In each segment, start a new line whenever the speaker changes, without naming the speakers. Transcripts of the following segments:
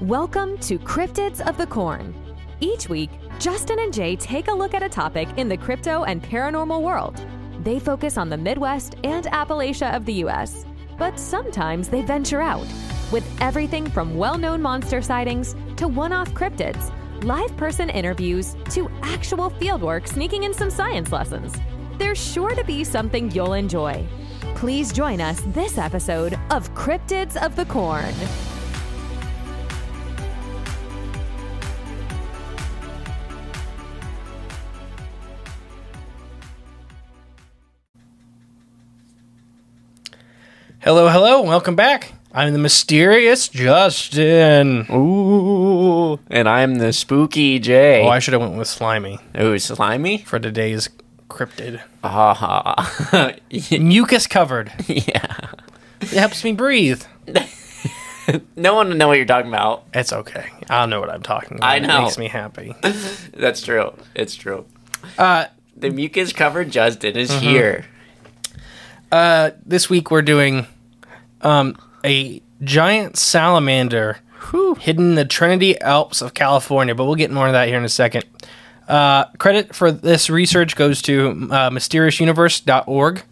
Welcome to Cryptids of the Corn. Each week, Justin and Jay take a look at a topic in the crypto and paranormal world. They focus on the Midwest and Appalachia of the U.S., but sometimes they venture out with everything from well known monster sightings to one off cryptids, live person interviews to actual fieldwork sneaking in some science lessons. There's sure to be something you'll enjoy. Please join us this episode of Cryptids of the Corn.
Hello, hello, welcome back. I'm the mysterious Justin. Oh,
Ooh, and I'm the spooky Jay.
Oh, I should have went with slimy
Ooh, slimy.
for today's cryptid.
Ah,
Mucus covered.
yeah.
It helps me breathe.
No one would know what you're talking about.
It's okay. I know what I'm talking about.
I know.
It makes me happy.
That's true. It's true.
Uh, Mm-hmm.
The mucus covered Justin is here.
uh, this week we're doing um, a giant salamander hidden in the Trinity Alps of California, but we'll get more of that here in a second. Uh, credit for this research goes to uh, mysteriousuniverse.org.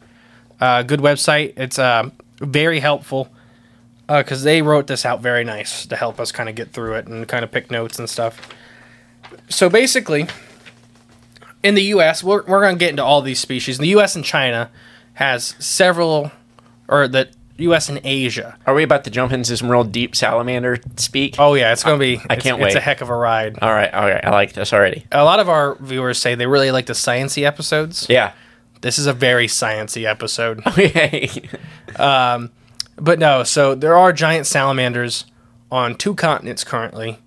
Uh, good website. It's uh, very helpful because they wrote this out very nice to help us kind of get through it and kind of pick notes and stuff. So basically, in the U.S., we're, we're going to get into all these species. The U.S. and China has several, or the U.S. and Asia.
Are we about to jump into some real deep salamander speak?
Oh yeah, it's going to be.
I
it's-
can't
It's a
wait.
heck of a ride.
All right. All right. I like this already.
A lot of our viewers say they really like the sciency episodes.
Yeah. Oh,
This is a very sciency episode.
Okay.
But no, so there are giant salamanders on two continents currently.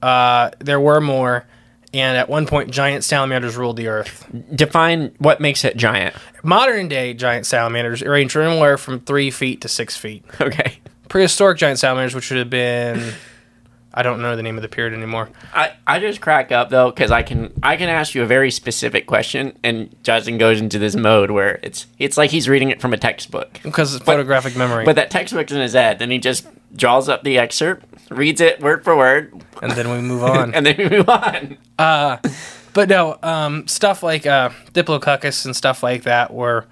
Uh, there were more, and at one point, giant salamanders ruled the earth.
Define what makes it giant.
Modern day giant salamanders range from anywhere from three feet to six feet.
Okay.
Prehistoric giant salamanders, which would have been, I don't know the name of the period anymore.
I, I just crack up though because I can I can ask you a very specific question and Justin goes into this mode where it's it's like he's reading it from a textbook.
Because it's photographic memory.
But that textbook's in his head, and he just draws up the excerpt, reads it word for word,
and then we move on.
and then we move on.
But no, um, stuff like uh, Diplococcus and stuff like that were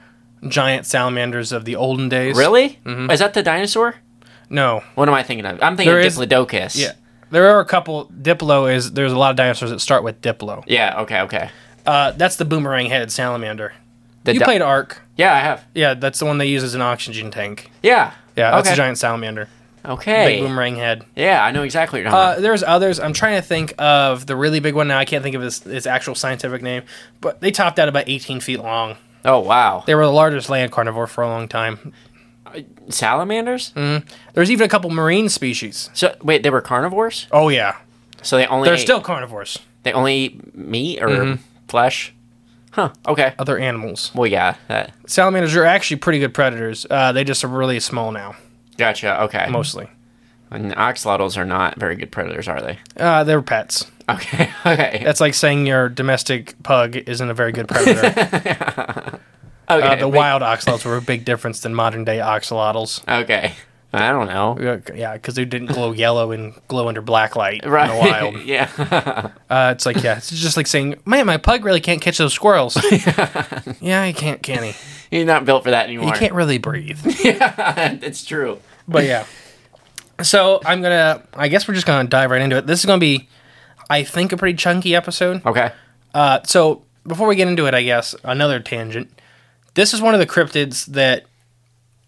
giant salamanders of the olden days.
Really? Mm-hmm. Is that the dinosaur?
No.
What am I thinking of? I'm thinking
There
of
is-
Diplodocus.
Yeah. There are a couple. Diplo is there's a lot of dinosaurs that start with Diplo.
Yeah. Okay. Okay.
Uh, that's the boomerang-headed salamander.
The
you
di-
played Ark.
Yeah, I have.
Yeah, that's the one they use as an oxygen tank.
Yeah.
Yeah, that's
okay.
a giant salamander. Big
Okay.
boomerang head.
Yeah, I know exactly what you're talking
Uh, there's others. I'm trying to think of the really big one now. I can't think of its, its actual scientific name, but they topped out about 18 feet long.
about. Oh wow.
They were the largest land carnivore for a long time.
Salamanders?
Mm. There's even a couple marine species.
So wait, they were carnivores?
Oh yeah,
So they only
they're
ate-
still Mm-hmm. carnivores.
they only eat meat or flesh? Huh. Okay.
Other animals.
Well, yeah. That,
Salamanders are actually pretty good predators. Uh, they just are really small now,
gotcha. Okay.
mostly.
And oxalotls are not very good predators, are they?
Uh, they're pets.
Okay, okay,
That's like saying your domestic pug isn't a very good predator.
okay.
uh, the
wait,
wild oxalots were a big difference than modern day oxalotls.
Okay, I don't know.
Uh, Yeah, because they didn't glow yellow and glow under black light
Right?
in the wild.
yeah.
Uh, it's like yeah, it's just like saying, man, my pug really can't catch those squirrels. yeah, he can't, can he?
You're not built for that anymore.
He can't really breathe.
it's true.
but yeah. So I'm gonna. I guess we're just gonna dive right into it. This is gonna be, I think, a pretty chunky episode.
Okay.
Uh, so before we get into it, I guess another tangent. This is one of the cryptids that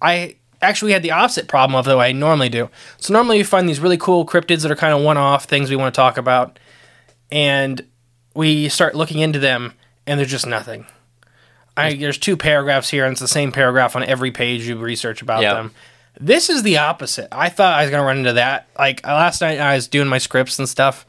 I actually had the opposite problem of that I normally do. So normally you find these really cool cryptids that are kind of one-off things we want to talk about, and we start looking into them, and there's just nothing. I, there's two paragraphs here, and it's the same paragraph on every page you research about
Yeah.
them. This is the opposite. I thought I was gonna run into that. Like uh, last night, I was doing my scripts and stuff.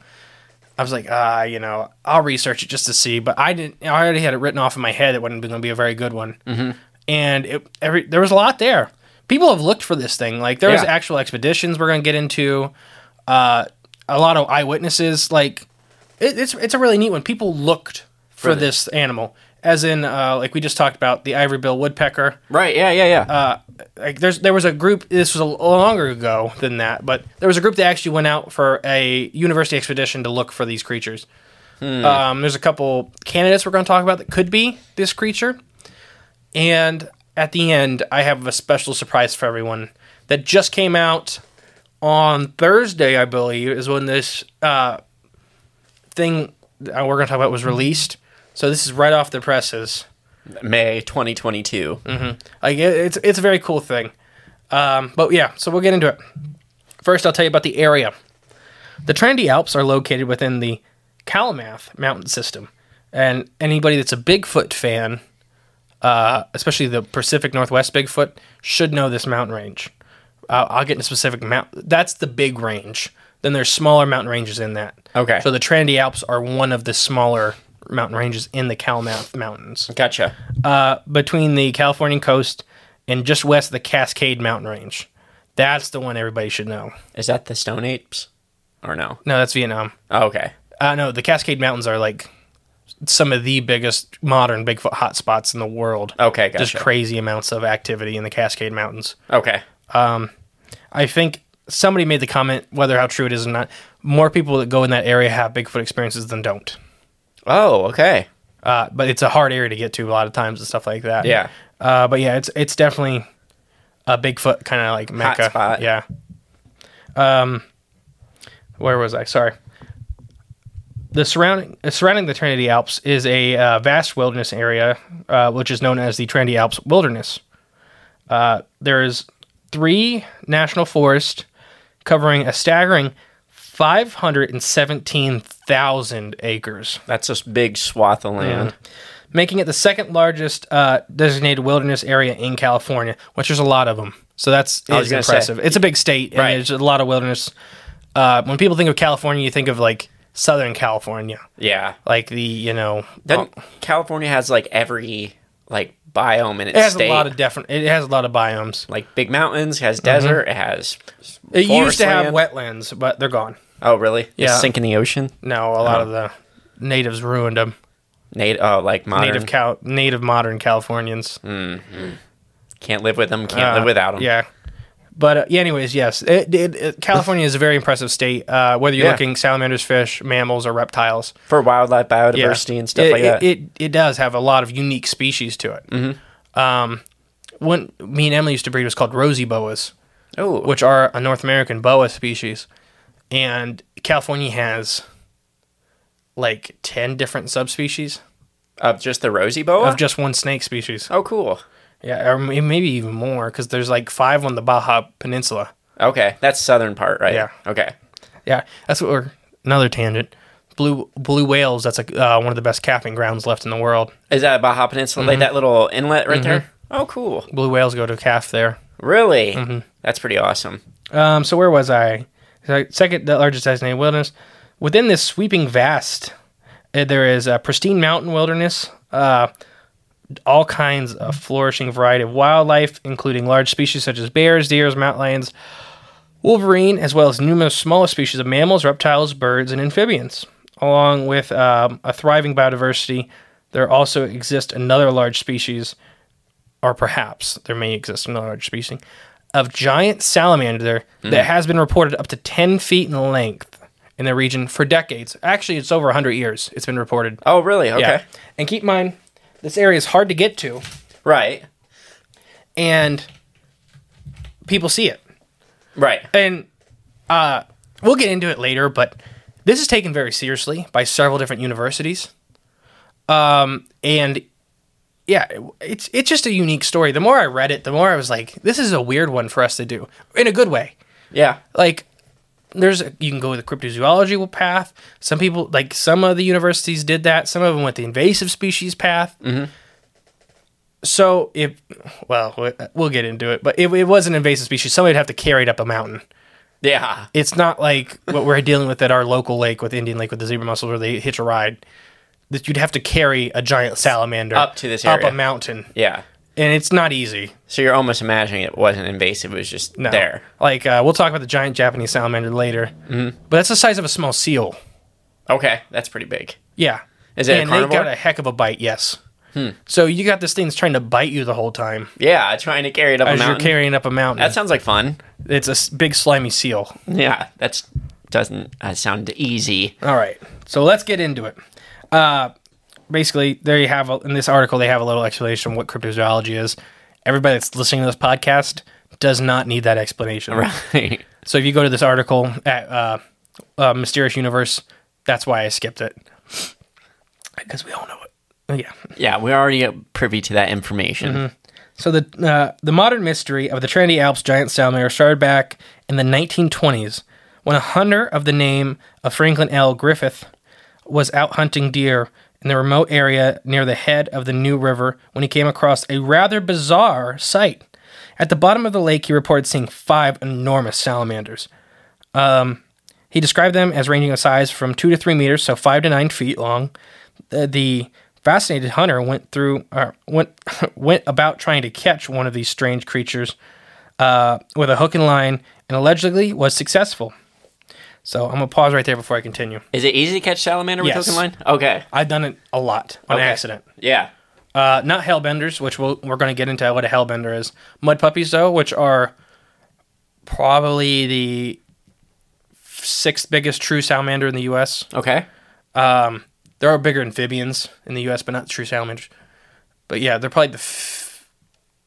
I was like, ah, you know, I'll research it just to see. But I didn't. I already had it written off in my head. It wasn't going to be a very good one. Mm-hmm. And it, every there was a lot there. People have looked for this thing. Like there was
Yeah.
actual expeditions we're going to get into. Uh, a lot of eyewitnesses. Like it, it's it's a really neat one. People looked for, this animal, as in uh, like we just talked about the ivory bill woodpecker
Right. Yeah. Yeah. Yeah.
like there's there was a group this was a longer ago than that but there was a group that actually went out for a university expedition to look for these creatures um, there's a couple candidates we're going to talk about that could be this creature and at the end i have a special surprise for everyone that just came out on thursday i believe is when this uh, thing uh, we're going to talk about was released so this is right off the presses
May 2022.
like it, it's it's a very cool thing. Um, but yeah, so we'll get into it. First, I'll tell you about the area. The Trinity Alps are located within the Kalamath mountain system, and anybody that's a Bigfoot fan, uh, especially the Pacific Northwest Bigfoot, should know this mountain range. Uh, I'll get into specific mount. That's the big range. Then there's smaller mountain ranges in that.
Okay.
So the Trinity Alps are one of the smaller mountain ranges in the Kalamath Mountains
Gotcha.
uh, between the Californian coast and just west of the Cascade Mountain Range. That's the one everybody should know.
Is that the Stone Apes? Or no?
No, that's Vietnam.
Oh, okay.
Uh, no, the Cascade Mountains are like some of the biggest modern Bigfoot hotspots in the world.
Okay, gotcha.
Just crazy amounts of activity in the Cascade Mountains.
Okay.
I think somebody made the comment, whether how true it is or not, more people that go in that area have Bigfoot experiences than don't.
Oh, okay.
Uh, but it's a hard area to get to a lot of times and stuff like that.
Yeah.
Uh, but yeah, it's it's definitely a Bigfoot kind of like mecca.
spot.
Yeah. Um, where was I? Sorry. The surrounding uh, surrounding the Trinity Alps is a uh, vast wilderness area, uh, which is known as the Trinity Alps Wilderness. Uh, there is three national forests covering a staggering five hundred and seventeen thousand acres
That's a big swath of land.
making it the second largest uh, designated wilderness area in California, which there's a lot of them. So that's
I was
is
gonna say.
impressive. It's a big state, and
Right.
there's a lot of wilderness. Uh, when people think of California, you think of like Southern California,
Yeah.
like the you know, uh,
Then California has like every like biome in its
it has
state.
a lot of different. It has a lot of biomes.
like big mountains, it has desert, it has
It used
forest
to have
land.
wetlands, but they're gone.
Oh, really?
Yeah.
Just sink in the ocean?
No, a lot of the natives ruined them.
Native oh, like modern.
Native Cal- native modern Californians.
can't live with them, can't
Uh,
live without them.
Yeah. But uh, yeah, anyways, yes, it, it, it- California is a very impressive state. Uh, whether you're
Yeah.
looking salamanders, fish, mammals, or reptiles,
For wildlife
yeah.
biodiversity and stuff
it,
like
it,
that.
It, it does have a lot of unique species to it. Mm-hmm. Um, one me and Emily used to breed was called rosy boas,
oh,
which are a North American boa species, and California has like ten different subspecies
of just the rosy boa?
of just one snake species.
oh, cool.
Yeah, or may- maybe even more because there's like five on the Baja Peninsula.
Okay, that's southern part, right?
Yeah.
Okay.
Yeah, that's what we're another tangent. Blue blue whales. That's like uh, one of the best camping grounds left in the world.
Is that Baja Peninsula?
Mm-hmm.
Like that little inlet right there? Oh, cool.
Blue whales go to calf there.
Really?
Mm-hmm.
That's pretty awesome.
Um, so where was I? So, Second the largest designated wilderness. Within this sweeping vast, uh, there is a pristine mountain wilderness. Uh, all kinds of flourishing variety of wildlife, including large species such as bears, deers, mountain lions, Wolverine, as well as numerous smaller species of mammals, reptiles, birds, and amphibians. Along with um, a thriving biodiversity, there also exists another large species, or perhaps there may exist another large species, of giant salamander that has been reported up to 10 feet in length in the region for decades. Actually, it's over 100 years it's been reported.
Oh, really? Okay.
Yeah. And keep in mind, this area is hard to get to,
Right.
and people see it.
Right.
And uh, we'll get into it later, but this is taken very seriously by several different universities. Um, and yeah, it- it's it's just a unique story. The more I read it, the more I was like, this is a weird one for us to do in a good way
Yeah.
like there's you can go the cryptozoology path. Some people like some of the universities did that. Some of them went the invasive species path. So if well, we- we'll get into it, but if it was an invasive species, somebody'd have to carry it up a mountain.
Yeah.
It's not like what we're dealing with at our local lake with Indian Lake with the zebra mussels, where they hitch a ride. That you'd have to carry a giant salamander
Up to this
up
area.
a mountain,
Yeah.
and it's not easy.
So you're almost imagining it wasn't invasive. It was just
No.
there. Mm-hmm.
like uh, we'll talk about the giant Japanese salamander later, but that's the size of a small seal.
Okay. That's pretty big.
Yeah.
Is it a
And they
carnivore? Hmm.
got a heck of a bite, yes. So you got this thing that's trying to bite you the whole time
Yeah. Trying to carry it up a
as you're
mountain.
carrying up a mountain.
that sounds like fun.
it's a s- big slimy seal.
Yeah. That's doesn't uh, sound easy.
All right. So let's get into it. Uh, basically, there you have a, in this article they have a little explanation of what cryptozoology is. Everybody that's listening to this podcast does not need that explanation.
Right.
So if you go to this article at uh, uh, Mysterious Universe, that's why I skipped it because we all know it. Yeah.
yeah. We're already privy to that information.
So the uh, the modern mystery of the Trinity Alps giant salamander started back in the 1920s when a hunter of the name of Franklin L. Griffith was out hunting deer in the remote area near the head of the New River when he came across a rather bizarre sight. At the bottom of the lake, he reported seeing five enormous salamanders. Um, He described them as ranging in size from two to three meters, so five to nine feet long. The, uh, the fascinated hunter went through, or went went about trying to catch one of these strange creatures uh, with a hook and line, and allegedly was successful. So I'm gonna pause right there before I continue.
Is it easy to catch salamander with
Yes.
hook and line? Okay.
I've done it a lot on
Okay.
accident.
Yeah.
Uh, not hellbenders, which we'll, we're going to get into what a hellbender is. Mud puppies, though, which are probably the sixth biggest true salamander in the U.S.
Okay.
There are bigger amphibians in the U.S., but not true salamanders. But yeah, they're probably the f-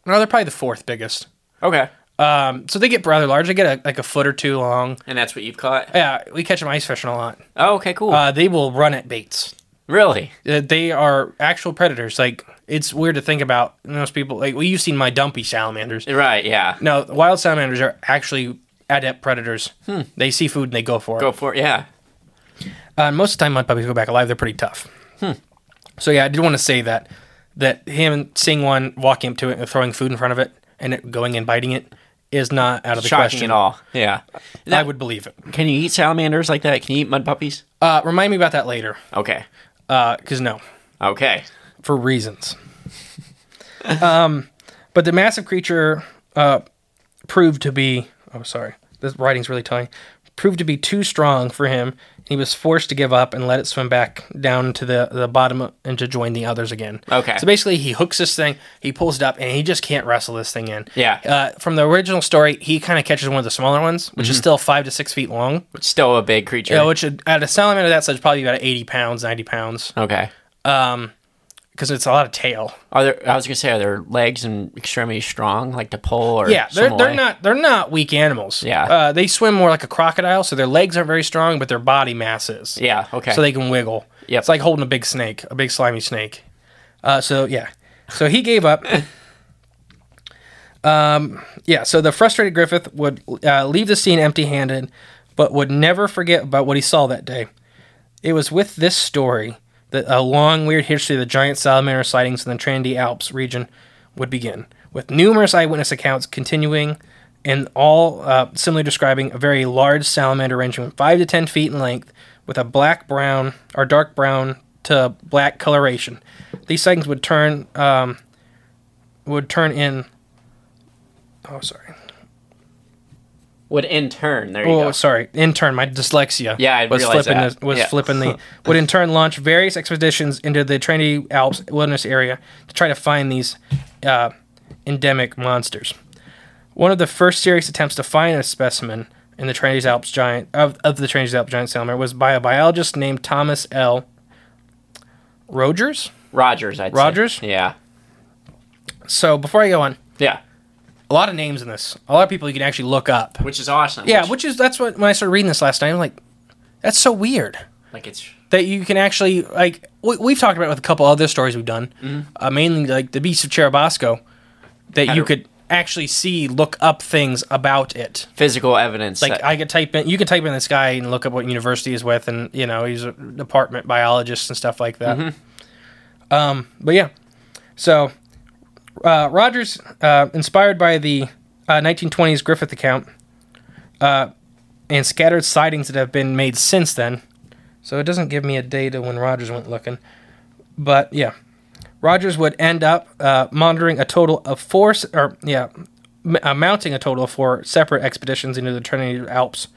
no, they're probably the fourth biggest.
Okay.
Um, so they get rather large. They get a, like a foot or two long.
And that's what you've caught.
Yeah, we catch them ice fishing a lot.
Oh, okay. Cool.
Uh, they will run at baits.
really?
Uh, They are actual predators. Like it's weird to think about most people. Like well, you've seen my dumpy salamanders.
Right. Yeah.
No, wild salamanders are actually adept predators. They see food and they go for it.
Go for it. Yeah.
Uh, most of the time, mud puppies go back alive. They're pretty tough.
Hmm.
So yeah, I did want to say that that him seeing one walking up to it and throwing food in front of it and it going and biting it is not out of the
Shocking
question
at all. Yeah.
I would believe it.
Can you eat salamanders like that? Can you eat mud puppies?
Uh, remind me about that later,
Okay.
because no,
Okay.
for reasons. um, but the massive creature uh, proved to be. Oh, sorry, this writing's really telling. Proved to be too strong for him, and he was forced to give up and let it swim back down to the the bottom and to join the others again.
Okay.
So basically, he hooks this thing, he pulls it up, and he just can't wrestle this thing in.
Yeah.
Uh, from the original story, he kind of catches one of the smaller ones, which
Mm-hmm.
is still five to six feet long.
Still a big creature.
Yeah, which would- at a salamander that size, probably about eighty pounds, ninety pounds,
okay.
because it's a lot of tail.
Are there? I was gonna say, are their legs and extremities strong, like to pull or?
Yeah, they're,
swim
they're
away?
not they're not weak animals.
Yeah.
uh, they swim more like a crocodile, so their legs aren't very strong, but their body mass is.
Yeah. Okay.
so they can wiggle.
Yep.
it's like holding a big snake, a big slimy snake. Uh, so yeah, so he gave up. um, yeah, so the frustrated Griffith would uh, leave the scene empty-handed, but would never forget about what he saw that day. It was with this story that a long, weird history of the giant salamander sightings in the Trinity Alps region would begin, with numerous eyewitness accounts continuing and all uh, similarly describing a very large salamander ranging from 5 to 10 feet in length with a black brown or dark brown to black coloration. These sightings would turn um, would turn in oh sorry
Would in turn, there you
Oh,
go.
sorry. In turn, my dyslexia.
Yeah, I
was
realized
flipping
that.
The, was
Yeah.
flipping the would in turn launch various expeditions into the Trinity Alps wilderness area to try to find these uh, endemic monsters. One of the first serious attempts to find a specimen in the Trinity's Alps giant of, of the Trinity's Alps giant salamander was by a biologist named Thomas L. Rogers.
Rogers, I'd say.
Rogers?
Yeah.
So before I go on,
Yeah.
a lot of names in this. A lot of people you can actually look up.
Which is awesome.
Yeah, which is that's what when I started reading this last night, I'm like, that's so weird.
like it's
that you can actually like we, we've talked about it with a couple other stories we've done uh, mainly like the beast of Cheribasco that you
to-
could actually see look up things about it
physical evidence.
like
that-
I could type in you can type in this guy and look up what university he's with and you know he's a department biologist and stuff like that um, but yeah so uh, Rogers uh, inspired by the uh, 1920s Griffith account uh, and scattered sightings that have been made since then so it doesn't give me a date of when Rogers went looking. But yeah, Rogers would end up uh, monitoring a total of four, s- or yeah, m- uh, mounting a total of four separate expeditions into the Trinity Alps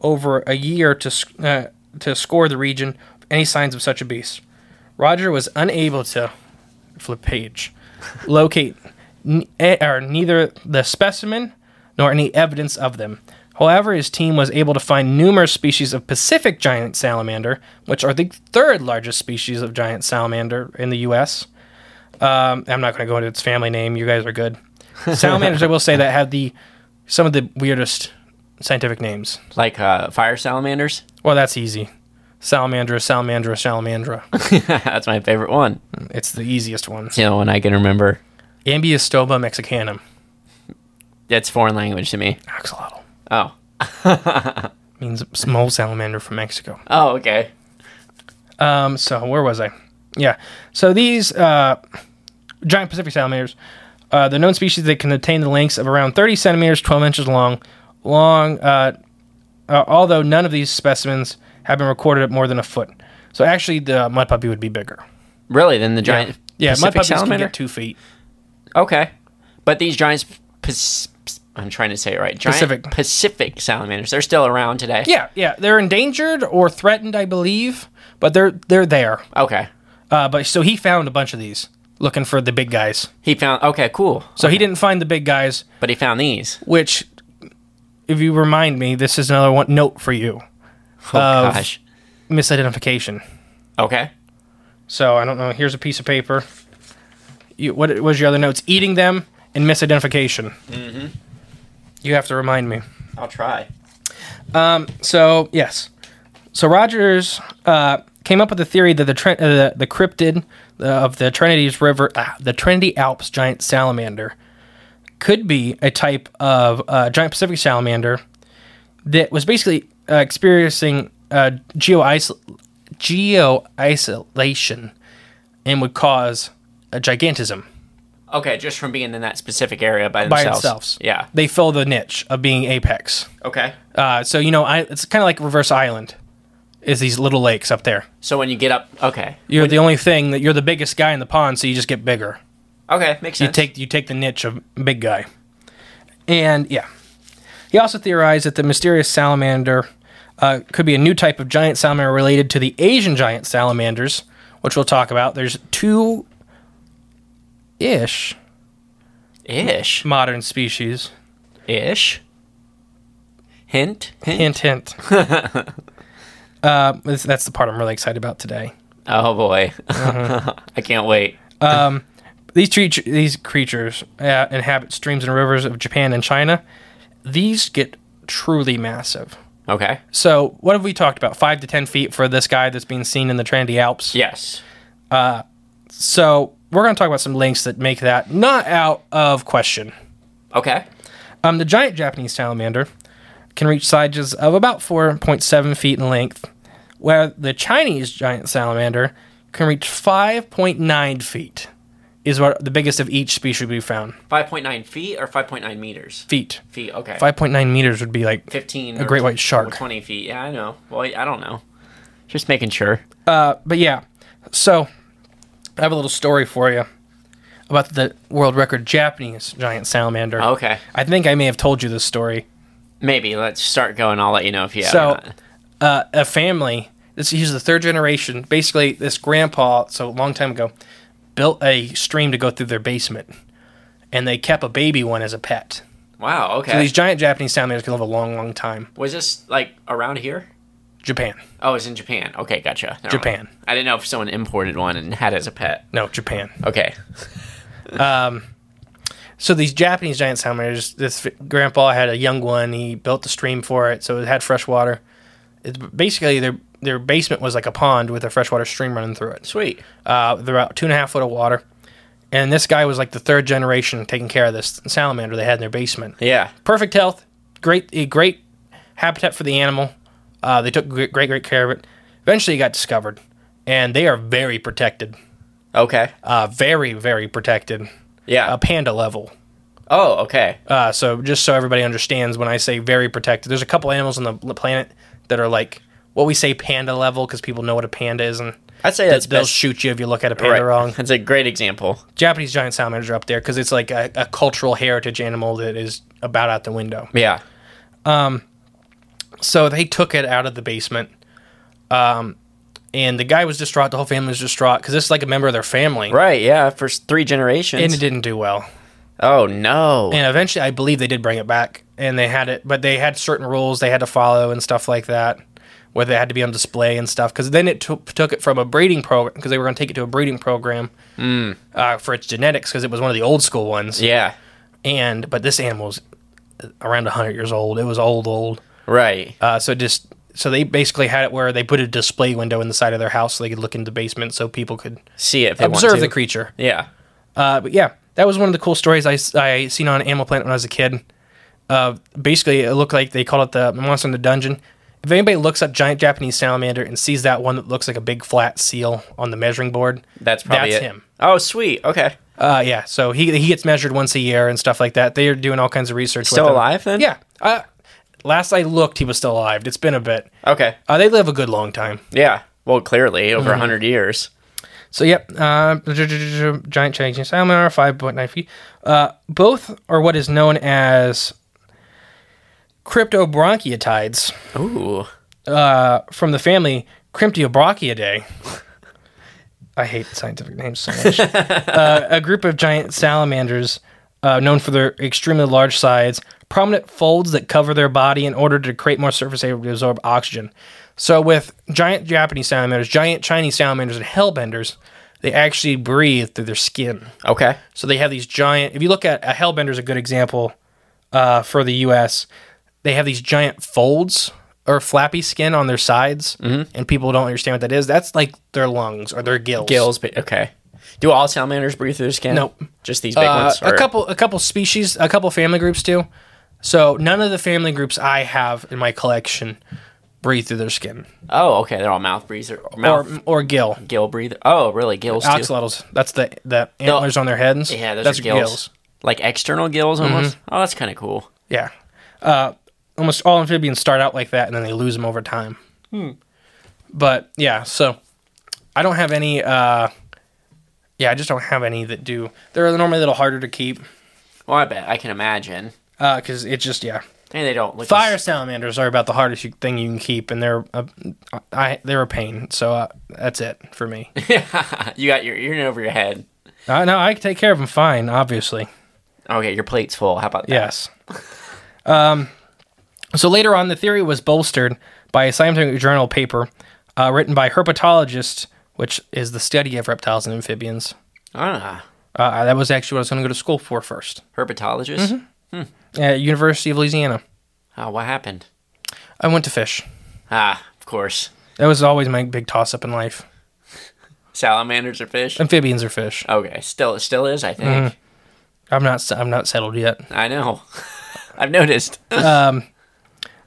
over a year to sc- uh, to score the region of any signs of such a beast. Roger was unable to flip page, locate n- eh, or neither the specimen nor any evidence of them. However, his team was able to find numerous species of Pacific giant salamander, which are the third largest species of giant salamander in the U.S. Um, I'm not going to go into its family name. You guys are good. Salamanders, I will say, that have the some of the weirdest scientific names.
like uh, fire salamanders.
Well, that's easy. Salamandra, salamandra, salamandra.
That's my favorite one.
it's the easiest one.
It's the only one I can remember.
Ambiostoba mexicanum.
That's foreign language to me.
Axolotl.
Oh.
Means small salamander from Mexico.
Oh, okay.
Um, so where was I? Yeah. So these uh, giant Pacific salamanders, uh, the known species that can attain the lengths of around 30 centimeters, 12 inches long. Long, uh, uh, although none of these specimens have been recorded at more than a foot. So actually, the mud puppy would be bigger.
Really? Then the giant
Yeah, mud
Pacific
puppies
salamander.
can get two feet.
okay, but these giants. Pac- I'm trying to say it right. Giant
Pacific.
Pacific salamanders. They're still around today.
Yeah, yeah, they're endangered or threatened, I believe, but they're they're there.
Okay.
Uh, but so he found a bunch of these looking for the big guys.
He found. Okay, cool.
So he didn't find the big guys,
But he found these.
which, if you remind me, this is another one note for you:
Oh
Of-
gosh.
misidentification.
Okay.
So I don't know. Here's a piece of paper. You, what was your other notes? Eating them and misidentification. Mm-hmm. You have to remind me.
I'll try.
So yes, so Rogers uh, came up with the theory that the tren- uh, the, the cryptid uh, of the Trinity's River, ah, the Trinity Alps giant salamander, could be a type of uh, giant Pacific salamander that was basically uh, experiencing uh, geo geo isolation and would cause a gigantism
Okay, just from being in that specific area by
by
themselves.
themselves.
Yeah.
they fill the niche of being apex.
Okay.
Uh, so you know, I, it's kind of like reverse island. Is these little lakes up there?
So when you get up, okay,
You're the only thing that you're the biggest guy in the pond, so you just get bigger.
okay, makes
You
sense.
take you take the niche of big guy, and yeah. He also theorized that the mysterious salamander uh, could be a new type of giant salamander related to the Asian giant salamanders, which we'll talk about. There's two ish
ish,
modern species.
ish. Hint, hint.
Hint, hint. uh, that's that's the part I'm really excited about today.
Oh boy,
Uh-huh.
I can't wait.
These, tre- these creatures uh, inhabit streams and rivers of Japan and China. These get truly massive.
Okay.
So, what have we talked about? Five to 10 feet for this guy that's being seen in the Trinity Alps.
Yes.
So, we're going to talk about some links that make that not out of question.
Okay.
Um, the giant Japanese salamander can reach sizes of about 4.7 feet in length, where the Chinese giant salamander can reach 5.9 feet, is what the biggest of each species we found.
Five point nine feet or five point nine meters.
Feet.
Feet. Okay.
Five point nine meters would be like
Fifteen.
a
or
great white shark.
Twenty feet. Yeah, I know. Well, I don't know. Just making sure.
uh, But yeah, so I have a little story for you about the world record Japanese giant salamander.
Okay.
I think I may have told you this story.
Maybe let's start going. I'll let you know if you have.
so
or not.
uh, a family this he's the third generation basically this grandpa so a long time ago built a stream to go through their basement and they kept a baby one as a pet
wow.
so
Okay.
these giant japanese salamanders can live a long long time
was this like around here?
japan
Oh, it's in Japan. Okay, gotcha. Never
Japan.
mind. I didn't know if someone imported one and had it as a pet.
no japan
Okay.
so these japanese giant salamanders this f- grandpa had a young one he built a stream for it so it had fresh water it's basically their their basement was like a pond with a freshwater stream running through it
Sweet.
uh, they're about two and a half foot of water. And this guy was like the third generation taking care of this salamander they had in their basement.
Yeah.
Perfect health, great, a great habitat for the animal. Uh, they took great, great, great care of it. Eventually, it got discovered, and they are very protected,
Okay.
uh, very, very protected,
yeah.
uh, panda level.
oh, okay.
Uh, so, just so everybody understands, when I say very protected, there's a couple animals on the l- planet that are like what we say panda level because people know what a panda is, and
I'd say
th-
that's
they'll
best-
shoot you if you look at a panda
Right.
wrong.
That's a great example.
Japanese giant salamanders are up there because it's like a, a cultural heritage animal that is about out the window.
Yeah.
So they took it out of the basement, um, and the guy was distraught. The whole family was distraught because this is like a member of their family,
Right. Yeah. For s- three generations.
and it didn't do well.
oh no.
And eventually, I believe they did bring it back, and they had it, but they had certain rules they had to follow and stuff like that, where they had to be on display and stuff. Because then it took took it from a breeding program because they were going to take it to a breeding program uh, for its genetics because it was one of the old school ones.
Mm. yeah.
and but this animal's around 100 years old it was old old
Right.
uh, so just so they basically had it where they put a display window in the side of their house so they could look into the basement so people could
See it if they
observe
want to.
the creature
Yeah.
uh, but yeah that was one of the cool stories i, s- I seen on animal planet when i was a kid uh, basically it looked like they called it the monster in the dungeon if anybody looks up giant japanese salamander and sees that one that looks like a big flat seal on the measuring board
That's probably
that's
it.
him
Oh, sweet. Okay.
uh, yeah, so he he gets measured once a year and stuff like that. They are doing all kinds of research.
Still
with him.
alive then?
Yeah. Uh, last I looked, he was still alive. It's been a bit.
Okay.
Uh, they live a good long time.
Yeah. Well, clearly over a
Mm-hmm.
100 years.
So yep, uh, giant changing salamander, five point nine feet. Uh, both are what is known as cryptobronchiatides
Ooh.
uh, from the family Cryptobronchiidae. I hate scientific names so much. uh, a group of giant salamanders uh, known for their extremely large sides, prominent folds that cover their body in order to create more surface area to absorb oxygen. So, with giant Japanese salamanders, giant Chinese salamanders, and hellbenders, they actually breathe through their skin.
Okay.
So they have these giant. If you look at a Hellbender is a good example uh, for the U.S. They have these giant folds or flappy skin on their sides,
Mm-hmm.
and people don't understand what that is. That's like their lungs or their gills.
Gills. But okay. Do all salamanders breathe through their skin?
Nope.
Just these big
Uh,
ones.
a
or-
couple, a couple species, a couple family groups do. So none of the family groups I have in my collection breathe through their skin
Oh, okay. They're all mouth breather. Mouth
or or gill.
gill breather. Oh, really? Gills too.
Axolotls. That's the the antlers on their heads.
Yeah, those
that's
are gills. Like external gills almost.
Mm-hmm.
Oh, that's kind of cool.
Yeah. Uh, almost all amphibians start out like that and then they lose them over time. But yeah, so I don't have any. Uh, yeah, I just don't have any that do. They're normally a little harder to keep
Well, I bet I can imagine.
because it's just yeah.
And they don't look as-
Fire salamanders are about the hardest you, thing you can keep, and they're uh, I they're a pain. So uh, that's it for me.
You got your ear over your head.
uh, no, I can take care of them fine, obviously.
Okay, your plate's full. How about that?
Yes. um, so later on, the theory was bolstered by a scientific journal paper uh, written by herpetologists, which is the study of reptiles and amphibians.
Ah,
Uh, that was actually what I was going to go to school for first
herpetologist.
Mm-hmm. at University of Louisiana.
Oh, what happened?
I went to fish.
Ah, of course.
That was always my big toss up in life.
Salamanders are fish.
Amphibians are fish.
Okay, still it still is. I think.
Mm-hmm. I'm not. s- I'm not settled yet.
I know. I've noticed.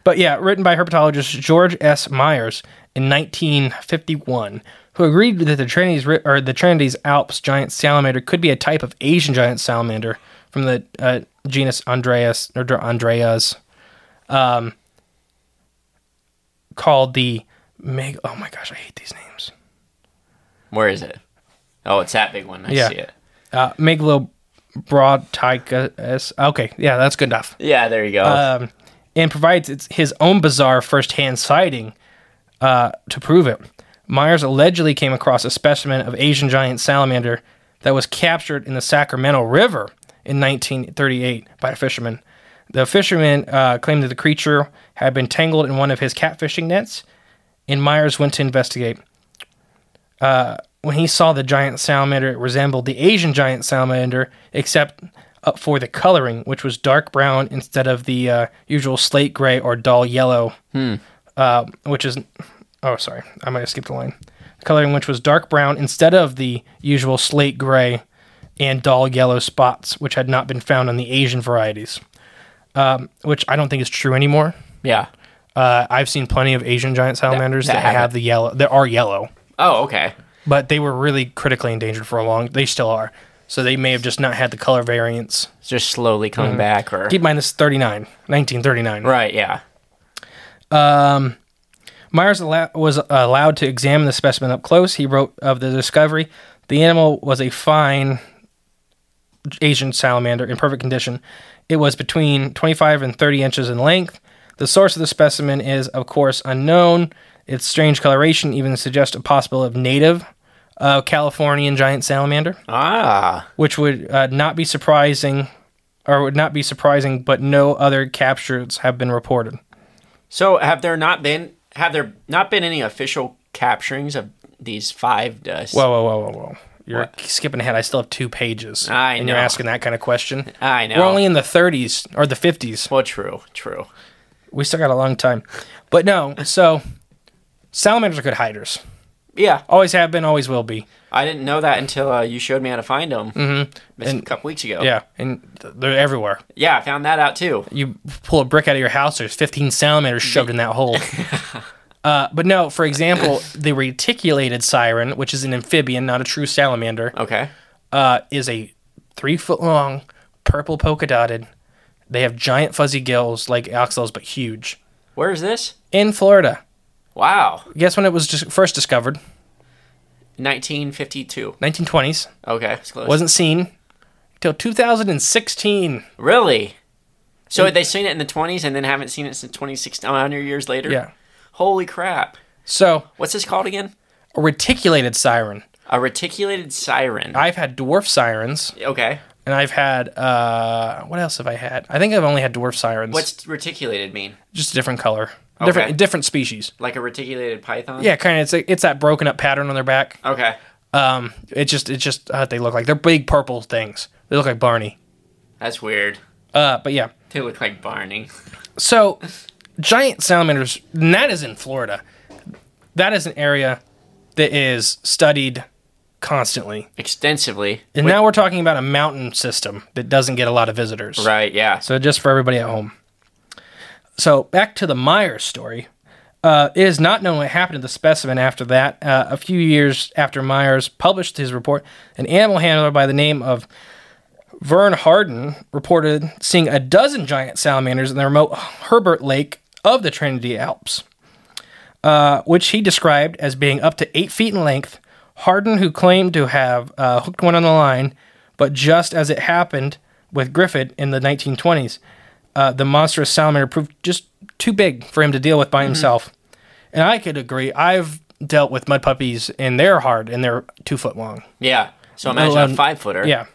But yeah, written by herpetologist George S. Myers in 1951, who agreed that the Trinity's ri- or the Trinity's Alps giant salamander could be a type of Asian giant salamander from the uh, genus Andreas or Dr- Andreas, um, called the Meg. Oh my gosh, I hate these names.
Where is it? Oh, it's that big one. I
Yeah.
see it.
Uh, Megalobrotychus. Okay, yeah, that's good enough.
Yeah, there you go.
Um, and provides its, his own bizarre first-hand sighting uh, to prove it. Myers allegedly came across a specimen of Asian giant salamander that was captured in the Sacramento River in 1938 by a fisherman. The fisherman uh, claimed that the creature had been tangled in one of his catfishing nets, and Myers went to investigate. Uh, when he saw the giant salamander, it resembled the Asian giant salamander, except uh, for the coloring, which was dark brown instead of the uh, usual slate gray or dull yellow,
Hmm.
uh, which is. Oh, sorry, I might have skipped a line. The coloring, which was dark brown instead of the usual slate gray and dull yellow spots, which had not been found on the Asian varieties, um, which I don't think is true anymore.
Yeah.
Uh, I've seen plenty of Asian giant salamanders
that
that, have
haven't.
the yellow. That are yellow,
Oh, okay.
but they were really critically endangered for a long. They still are, so they may have just not had the color variants.
It's just slowly coming back, or
Mm-hmm. Keep in mind this is 39, 1939.
right? Yeah.
Myers allo- was allowed to examine the specimen up close. He wrote of the discovery the animal was a fine Asian salamander in perfect condition. It was between 25 and 30 inches in length. The source of the specimen is, of course, unknown. Its strange coloration even suggests a possibility of native uh, Californian giant salamander
Ah,
which would uh, not be surprising, or would not be surprising, but no other captures have been reported.
so have there not been have there not been any official capturings of these five? Dust?
Whoa, whoa, whoa, whoa, whoa! You're skipping ahead. I still have two pages,
I
and you're
know.
asking that kind of question.
I know.
We're only in the 30s or the 50s.
well, true, true.
We still got a long time, but no. So salamanders are good hiders.
Yeah,
Always have been, always will be.
I didn't know that until uh, you showed me how to find them mm-hmm. a couple weeks ago.
Yeah, and th- they're everywhere.
yeah, I found that out too.
you pull a brick out of your house, there's 15 salamanders shoved in that hole. Uh, but no, for example, the reticulated siren, which is an amphibian, not a true salamander,
Okay,
uh, is a three foot long, purple polka dotted. They have giant fuzzy gills like oxalis, but huge.
where is this?
In Florida.
Wow,
Guess when it was just first discovered?
1952.
1920s.
Okay, it's close.
Wasn't seen till 2016.
really. So had they seen it in the 20s and then haven't seen it since 2016, 100 years later.
Yeah.
Holy crap!
So,
What's this called again?
a reticulated siren.
A reticulated siren.
I've had dwarf sirens.
okay.
and I've had uh, what else have I had? I think I've only had dwarf sirens.
What's reticulated mean?
just a different color, different
Okay.
different species?
Like a reticulated python?
Yeah, kind of. It's it's that broken up pattern on their back.
Okay.
Um, it just it's just uh, they look like they're big purple things. They look like Barney.
That's weird.
Uh, but yeah,
They look like Barney.
so giant salamanders. And that is in Florida. That is an area that is studied constantly,
Extensively.
and now we're talking about a mountain system that doesn't get a lot of visitors.
Right, yeah.
So just for everybody at home. So back to the Myers story. Uh, it is not known what happened to the specimen after that. Uh, a few years after Myers published his report, an animal handler by the name of Vern Harden reported seeing a dozen giant salamanders in the remote Herbert Lake of the Trinity Alps, uh, which he described as being up to eight feet in length. Harden, who claimed to have uh, hooked one on the line, but just as it happened with Griffith in the 1920s, uh, the monstrous salamander proved just too big for him to deal with by himself. And I could agree. I've dealt with mud puppies, and they're hard, and they're two foot long.
yeah. So imagine
um,
a five footer.
Yeah.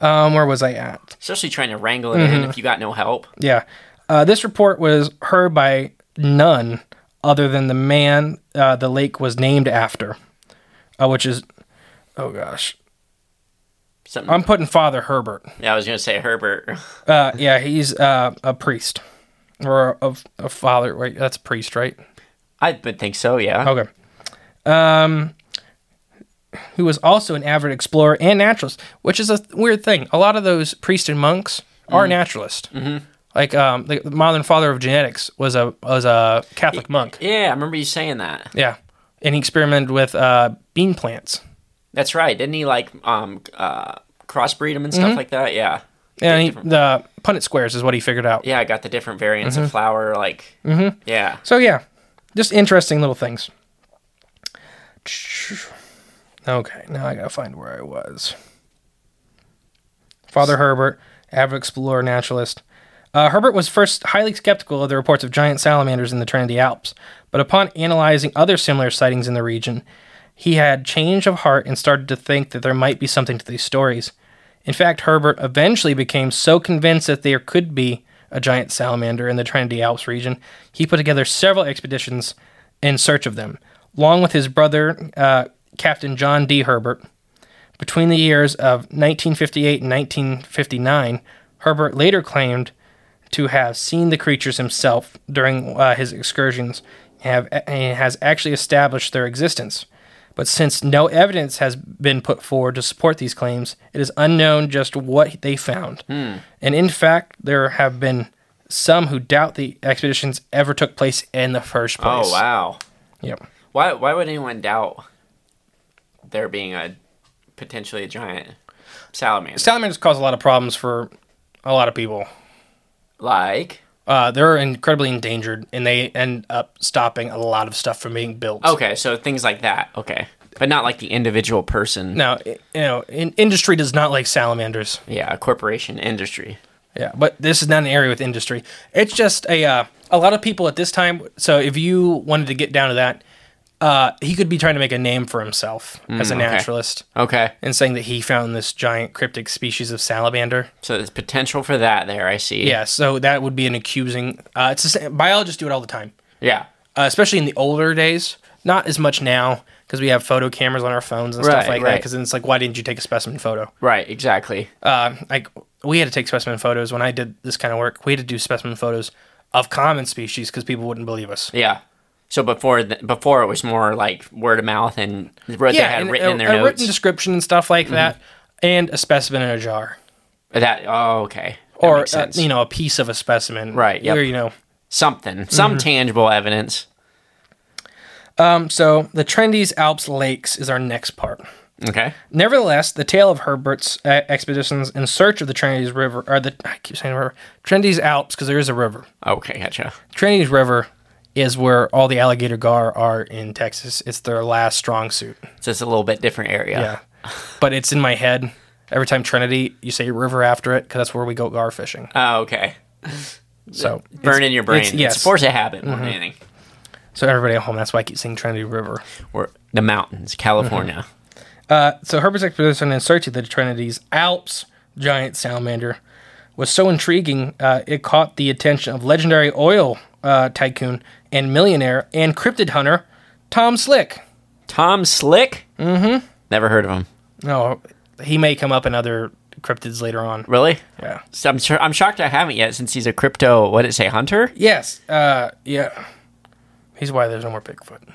Um, where was I at?
Especially trying to wrangle it in if you got no help.
Yeah. Uh, this report was heard by none other than the man uh, the lake was named after, uh, which is, oh gosh,
Something
I'm putting Father Herbert.
yeah, I was gonna say Herbert.
Uh, yeah, he's uh, a priest or a, a father. Wait, that's a priest, right?
I would think so, yeah.
Okay. Um, who was also an avid explorer and naturalist, which is a th- weird thing. A lot of those priests and monks are naturalists. Mm-hmm. Like um, the the modern father of genetics was a was a Catholic monk.
Yeah, I remember you saying that.
Yeah, and he experimented with uh, bean plants.
That's right. Didn't he like um uh crossbreed them and stuff like that? Yeah.
And he, the Punnett squares is what he figured out.
Yeah, I got the different variants of flower, like yeah.
So yeah, just interesting little things. Okay, now I gotta find where I was. Father Herbert, avid explorer, naturalist. Uh, Herbert was first highly skeptical of the reports of giant salamanders in the Trinity Alps, but upon analyzing other similar sightings in the region, he had change of heart and started to think that there might be something to these stories. In fact, Herbert eventually became so convinced that there could be a giant salamander in the Trinity Alps region, he put together several expeditions in search of them, along with his brother, uh, Captain John D. Herbert. Between the years of 1958 and 1959, Herbert later claimed to have seen the creatures himself during uh, his excursions and, have, and has actually established their existence. But since no evidence has been put forward to support these claims, it is unknown just what they found.
Hmm.
And in fact, there have been some who doubt the expeditions ever took place in the first place.
Oh wow.
Yep.
Why why would anyone doubt there being a potentially a giant salamander?
Salamanders cause a lot of problems for a lot of people.
like
Uh, they're incredibly endangered, and they end up stopping a lot of stuff from being built.
okay, so things like that. Okay, but not like the individual person.
Now, i- you know, in, industry does not like salamanders.
Yeah, a corporation, industry.
Yeah, but this is not an area with industry. It's just a uh, a lot of people at this time. So if you wanted to get down to that, uh, he could be trying to make a name for himself as a naturalist
Okay,
and saying that he found this giant cryptic species of salamander.
so there's potential for that there. I see.
Yeah, so that would be an accusing. Uh, it's the same, biologists do it all the time,
yeah,
uh, especially in the older days. Not as much now because we have photo cameras on our phones and stuff
Right,
like that.
right.
Because it's like, why didn't you take a specimen photo?
right, exactly.
uh, like we had to take specimen photos when I did this kind of work. We had to do specimen photos of common species because people wouldn't believe us.
yeah. So before th- before it was more like word of mouth and what they had
and
written
a,
in their
a
notes. Mm-hmm.
written description and stuff like that, and a specimen in a jar,
that oh okay. That
or
makes
uh,
sense.
you know, a piece of a specimen,
Right, yep.
Or you know,
something,
Mm-hmm.
some tangible evidence.
um, so the Trendy's Alps Lakes is our next part.
Okay.
Nevertheless, the tale of Herbert's uh, expeditions in search of the Trinity's River, or the I keep saying river, Trinity's Alps, because there is a river.
Okay, gotcha.
Trinity's River is where all the alligator gar are in Texas. It's their last strong suit.
So it's a little bit different area.
Yeah. but it's in my head. Every time Trinity, you say river after it because that's where we go gar fishing.
Oh, okay.
So
Burn in your brain.
It's,
It's,
yes. Mm-hmm.
force a habit more than anything.
so everybody at home, that's why I keep saying Trinity River.
We're the mountains, California.
Uh, so Herbert's expedition in search of the Trinity's Alps giant salamander was so intriguing, uh, it caught the attention of legendary oil uh, tycoon and millionaire and cryptid hunter Tom Slick.
Tom Slick? Mm-hmm. Never heard of him.
No, he may come up in other cryptids later on.
Really?
Yeah.
So I'm sure I'm shocked I haven't yet since he's a crypto what did it say, hunter?
Yes. Uh, yeah. He's why there's no more Bigfoot.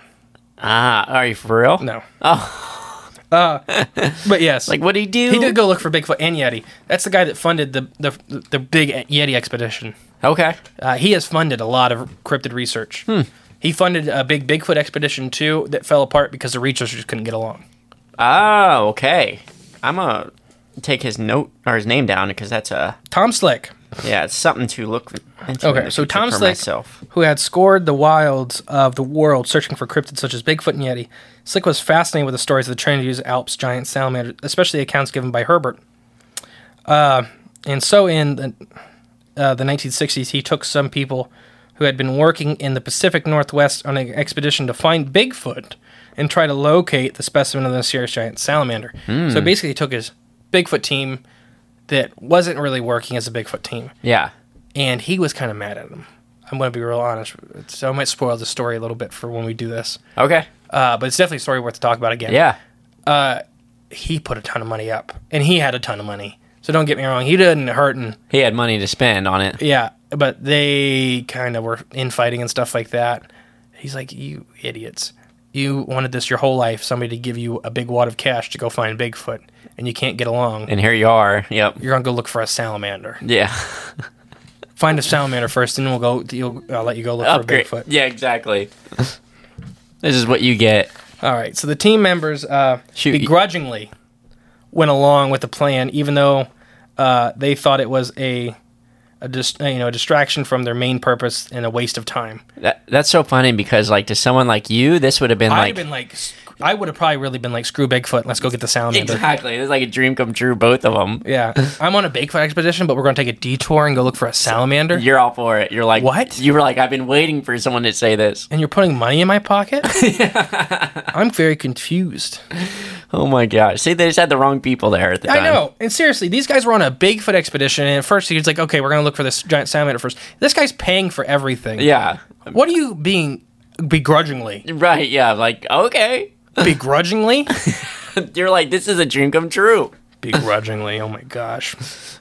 Ah, are you for real?
No. Oh. Uh, but yes.
Like what do he do?
he did go look for Bigfoot and Yeti. That's the guy that funded the the, the big Yeti expedition.
Okay.
Uh, he has funded a lot of cryptid research. He funded a big Bigfoot expedition too that fell apart because the researchers couldn't get along.
Oh, okay. I'm gonna take his note or his name down because that's a
Tom Slick,
yeah, it's something to look into. in
Okay,
the
so
future
Tom
for
Slick,
myself.
who had scored the wilds of the world searching for cryptids such as Bigfoot and Yeti, Slick was fascinated with the stories of the Trinity's Alps giant salamander, especially the accounts given by Herbert. Uh, and so in the, uh, the 1960s, he took some people who had been working in the Pacific Northwest on an expedition to find Bigfoot and try to locate the specimen of the serious giant salamander. So basically, he took his Bigfoot team that wasn't really working as a Bigfoot team
Yeah.
and he was kind of mad at him. I'm going to be real honest, so I might spoil the story a little bit for when we do this.
Okay.
Uh, but it's definitely a story worth to talk about again.
Yeah.
he put a ton of money up, and he had a ton of money. So don't get me wrong, he didn't hurt, and
He had money to spend on it.
yeah, but they kind of were infighting and stuff like that. He's like, you idiots, you wanted this your whole life, somebody to give you a big wad of cash to go find Bigfoot, and you can't get along.
And here you are. Yep.
You're gonna go look for a salamander.
Yeah.
Find a salamander first, and we'll go. You'll, I'll let you go look
Upgrade.
for a Bigfoot.
Yeah, exactly. this is what you get.
All right. So the team members uh,
Shoot, y-
begrudgingly went along with the plan, even though uh, they thought it was a a dis- you know a distraction from their main purpose and a waste of time.
That, that's so funny because like to someone like you, this would have been
I'd have
like
been like, sc- I would have probably really been like, screw Bigfoot, let's go get the salamander.
exactly. It's like a dream come true. Both of them.
Yeah, I'm on a Bigfoot expedition, but we're going to take a detour and go look for a salamander.
You're all for it. You're like
What?
You were like I've been waiting for someone to say this.
and you're putting money in my pocket? I'm very confused.
Oh my gosh! See, they just had the wrong people there at the time.
I know. And seriously, these guys were on a Bigfoot expedition, and at first he was like, okay, we're going to look for this giant salamander first. This guy's paying for everything.
Yeah.
What are you being begrudgingly?
Right. Yeah. Like okay.
Begrudgingly?
You're like this is a dream come true.
begrudgingly. Oh my gosh.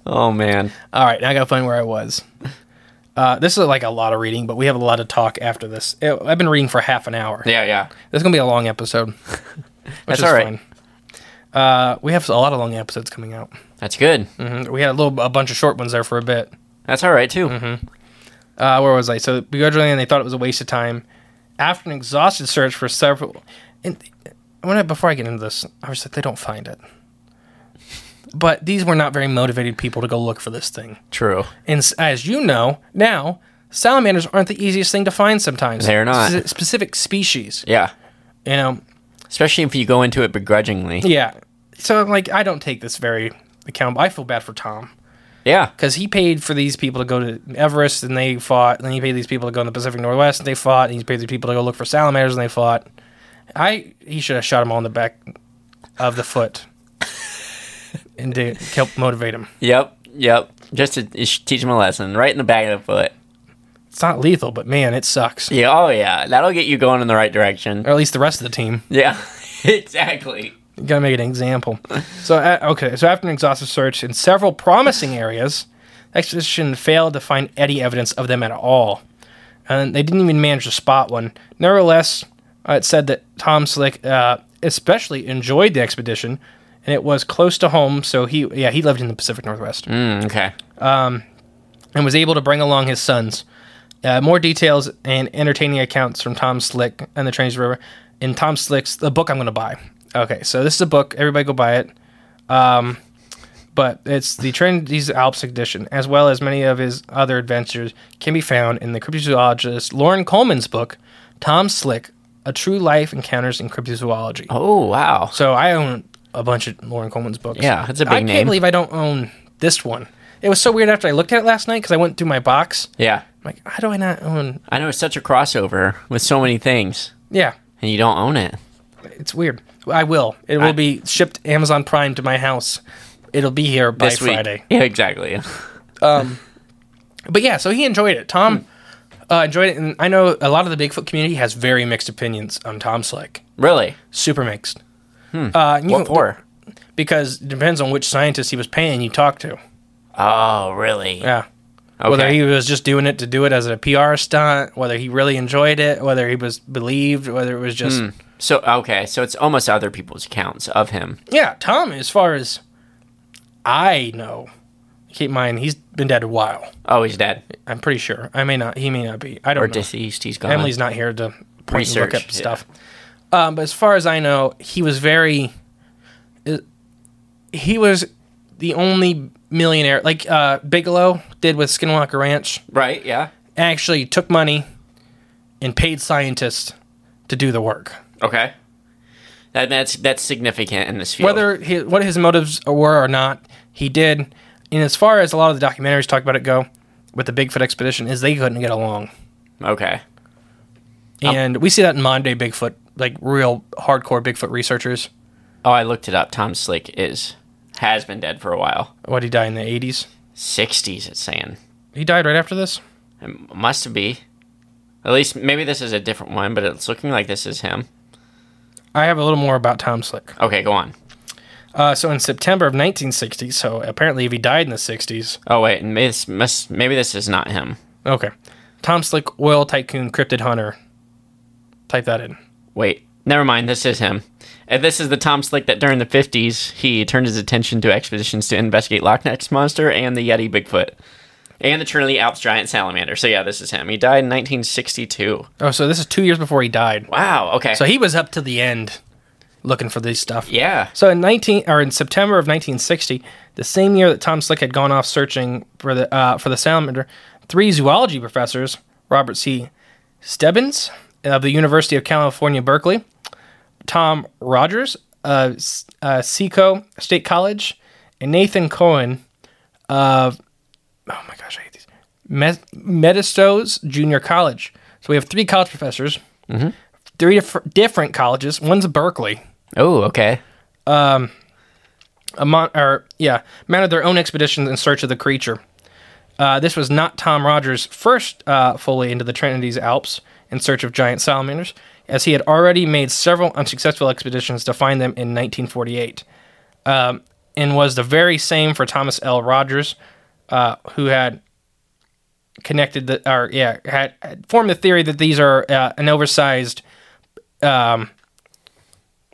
Oh man.
All right, now I gotta find where I was. Uh, this is like a lot of reading, but we have a lot of talk after this. I- I've been reading for half an hour.
Yeah. Yeah.
This is gonna be a long episode. Which
That's
is
all right.
fine. Uh, we have a lot of long episodes coming out.
That's good.
Mhm, We had a little, a bunch of short ones there for a bit.
That's all right too.
Uh, where was I? So begrudgingly, they thought it was a waste of time. After an exhausted search for several, and I want to before I get into this, obviously they don't find it. But these were not very motivated people to go look for this thing.
True.
And s- as you know now, salamanders aren't the easiest thing to find sometimes.
They're not.
Spe- specific species.
Yeah.
You know,
Especially if you go into it begrudgingly.
yeah. So I'm like, I don't take this very account. I feel bad for Tom
Yeah.
because he paid for these people to go to Everest and they fought. And then he paid these people to go in the Pacific Northwest and they fought. And he paid these people to go look for salamanders and they fought. I he should have shot him all in the back of the foot and to help motivate him.
Yep. Yep. Just to ish- teach them a lesson, right in the back of the foot.
It's not lethal, but man, it sucks.
Yeah. Oh yeah. That'll get you going in the right direction.
Or at least the rest of the team.
Yeah. exactly.
You gotta make an example. So uh, okay, so after an exhaustive search in several promising areas, the expedition failed to find any evidence of them at all, and they didn't even manage to spot one. Nevertheless, uh, it said that Tom Slick uh, especially enjoyed the expedition, and it was close to home. So he, yeah, he lived in the Pacific Northwest
Mm, okay.
and was able to bring along his sons. Uh, more details and entertaining accounts from Tom Slick and the Trains River in Tom Slick's the book I'm going to buy. Okay, so this is a book. Everybody go buy it. Um, but it's the Trinity's Alps Edition, as well as many of his other adventures, can be found in the cryptozoologist Lauren Coleman's book, Tom Slick: A True Life Encounters in Cryptozoology.
Oh wow.
So I own a bunch of Lauren Coleman's books.
Yeah, that's a big
I can't
name.
believe I don't own this one. It was so weird after I looked at it last night because I went through my box.
Yeah.
I'm like, how do I not own?
I know it's such a crossover with so many things,
Yeah,
and you don't own it.
it's weird. I will. It will be shipped Amazon Prime to my house. It'll be here by
This week.
Friday.
Yeah. Exactly.
But yeah, so he enjoyed it. Tom
Hmm.
uh, enjoyed it, and I know a lot of the Bigfoot community has very mixed opinions on Tom Slick.
really.
Super mixed. Uh, and you
Hmm.
can-
What for?
Because it depends on which scientist he was paying you talk to.
Oh really?
Yeah.
Okay.
Whether he was just doing it to do it as a PR stunt, whether he really enjoyed it, whether he was believed, whether it was just
Hmm. so okay. So it's almost other people's accounts of him.
yeah. Tom, as far as I know, keep in mind he's been dead a while.
Oh, he's dead
I'm pretty sure. I may not. He may not be. I don't
or
know.
deceased. He's gone.
Emily's not here to point and look
Research,
up
yeah.
stuff. Um, but as far as I know, he was very. uh, He was the only millionaire like uh, Bigelow did with Skinwalker Ranch.
right. Yeah.
actually took money and paid scientists to do the work.
Okay. That, that's that's significant in this field.
Whether he, what his motives were or not, he did. And as far as a lot of the documentaries talk about it go with the Bigfoot expedition, is they couldn't get along,
okay.
and we see that in modern day Bigfoot, like real hardcore Bigfoot researchers.
Oh, I looked it up. Tom Slick is has been dead for a while.
What he died in the eighties?
Sixties, it's saying.
He died right after this.
It must be. At least maybe this is a different one, but it's looking like this is him.
I have a little more about Tom Slick.
Okay, go on.
Uh, so in September of 1960, so apparently if he died in the 60s,
Oh wait, and maybe this must, maybe this is not him.
okay. Tom Slick, oil tycoon, cryptid hunter. Type that in.
Wait, never mind. This is him. And this is the Tom Slick that during the fifties he turned his attention to expeditions to investigate Loch Ness monster and the Yeti Bigfoot, and the Trinity Alps giant salamander. So yeah, this is him. He died in 1962.
Oh, so this is two years before he died.
Wow. Okay.
So he was up to the end looking for these stuff.
Yeah.
So in nineteen or in September of 1960, the same year that Tom Slick had gone off searching for the uh, for the salamander, three zoology professors, Robert C. Stebbins of the University of California, Berkeley, Tom Rogers of S- uh, Seco State College, and Nathan Cohen of oh my gosh, I hate these Med- Medistos Junior College. So we have three college professors, three dif- different colleges. One's Berkeley
Oh, okay.
among, or yeah, mounted their own expeditions in search of the creature. Uh, this was not Tom Rogers' first uh, foley into the Trinity's Alps in search of giant salamanders, as he had already made several unsuccessful expeditions to find them in 1948, um, and was the very same for Thomas L. Rogers, uh, who had connected the or yeah had, had formed the theory that these are uh, an oversized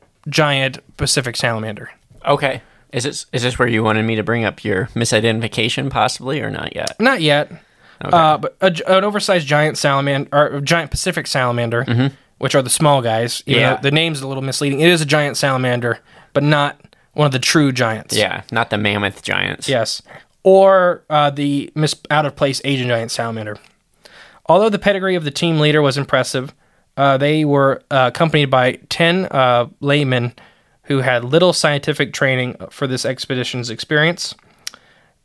um, giant Pacific salamander.
Okay. Is this is this where you wanted me to bring up your misidentification possibly or not yet?
Not yet. Uh, but a gi- an oversized giant salamander, or a giant Pacific salamander, which are the small guys. even
Mm-hmm. Yeah.
though The name's a little misleading. It is a giant salamander, but not one of the true giants.
Yeah, not the mammoth giants.
Yes. Or uh, the mis- out of place Asian giant salamander. Although the pedigree of the team leader was impressive, uh, they were uh, accompanied by 10 uh, laymen who had little scientific training for this expedition's experience.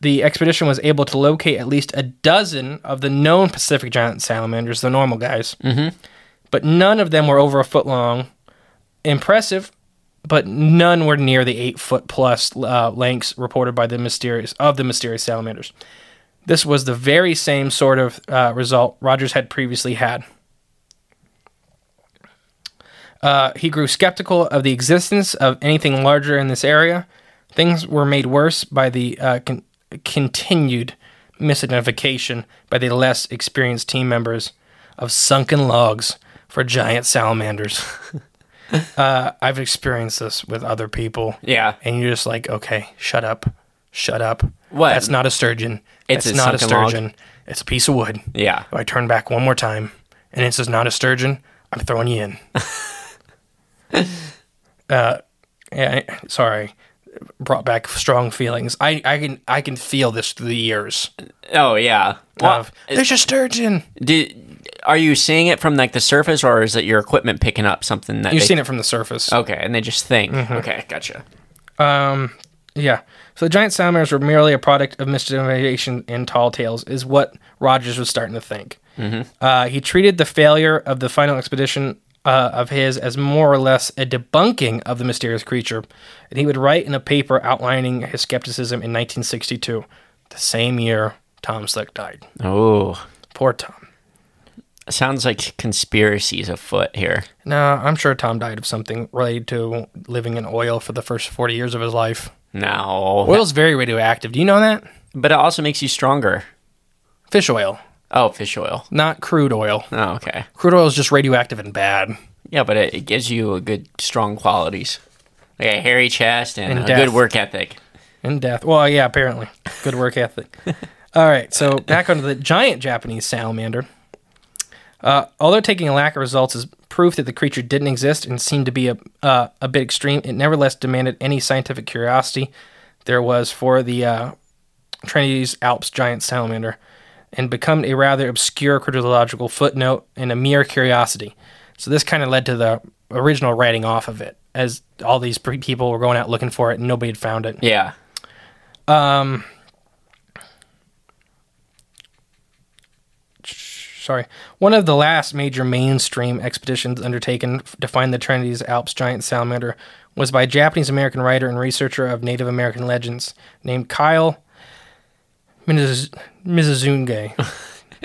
The expedition was able to locate at least a dozen of the known Pacific giant salamanders, the normal guys, mm-hmm. but none of them were over a foot long. Impressive, but none were near the eight foot plus uh, lengths reported by the mysterious of the mysterious salamanders. This was the very same sort of uh, result Rogers had previously had. Uh, he grew skeptical of the existence of anything larger in this area. Things were made worse by the uh, con- continued misidentification by the less experienced team members of sunken logs for giant salamanders. Uh, I've experienced this with other people.
Yeah.
And you're just like, okay, shut up. Shut up.
What?
That's not a sturgeon.
It's
That's
a
not a
sunken log.
sturgeon. It's a piece of wood.
Yeah.
If I turn back one more time and it says not a sturgeon, I'm throwing you in. uh, yeah, I- sorry. Brought back strong feelings. I, I can I can feel this through the years.
Oh yeah. Well,
of, There's a sturgeon.
do, are you seeing it from like the surface or is it your equipment picking up something that
You've
they-
seen Mm-hmm. it from the surface.
Okay, and they just think. Okay, gotcha.
Yeah. So the giant salamanders were merely a product of misidentification and tall tales, is what Rogers was starting to think. Mm-hmm. Uh, he treated the failure of the final expedition uh, of his as more or less a debunking of the mysterious creature, and he would write in a paper outlining his skepticism in 1962, the same year Tom Slick died.
Oh,
Poor Tom.
sounds like conspiracies afoot here.
No, I'm sure Tom died of something related to living in oil for the first 40 years of his life.
No.
Oil's very radioactive. Do you know that?
but it also makes you stronger.
Fish oil,
Oh, fish oil.
not crude oil.
Oh, okay.
crude oil is just radioactive and bad.
Yeah, but it, it gives you a good strong qualities. Like a hairy chest and,
And
a
death.
good work ethic.
And death. Well, yeah, apparently. Good work ethic. All right, so back onto the giant Japanese salamander. Uh, although taking a lack of results is proof that the creature didn't exist and seemed to be a, uh, a bit extreme, it nevertheless demanded any scientific curiosity there was for the uh, Trinity's Alps giant salamander and become a rather obscure cryptological footnote and a mere curiosity. So this kind of led to the original writing off of it as all these pre- people were going out looking for it and nobody had found it.
Yeah.
sorry, one of the last major mainstream expeditions undertaken f- to find the Trinity's Alps giant salamander was by a Japanese American writer and researcher of Native American legends named Kyle Miz- Mizuzunge.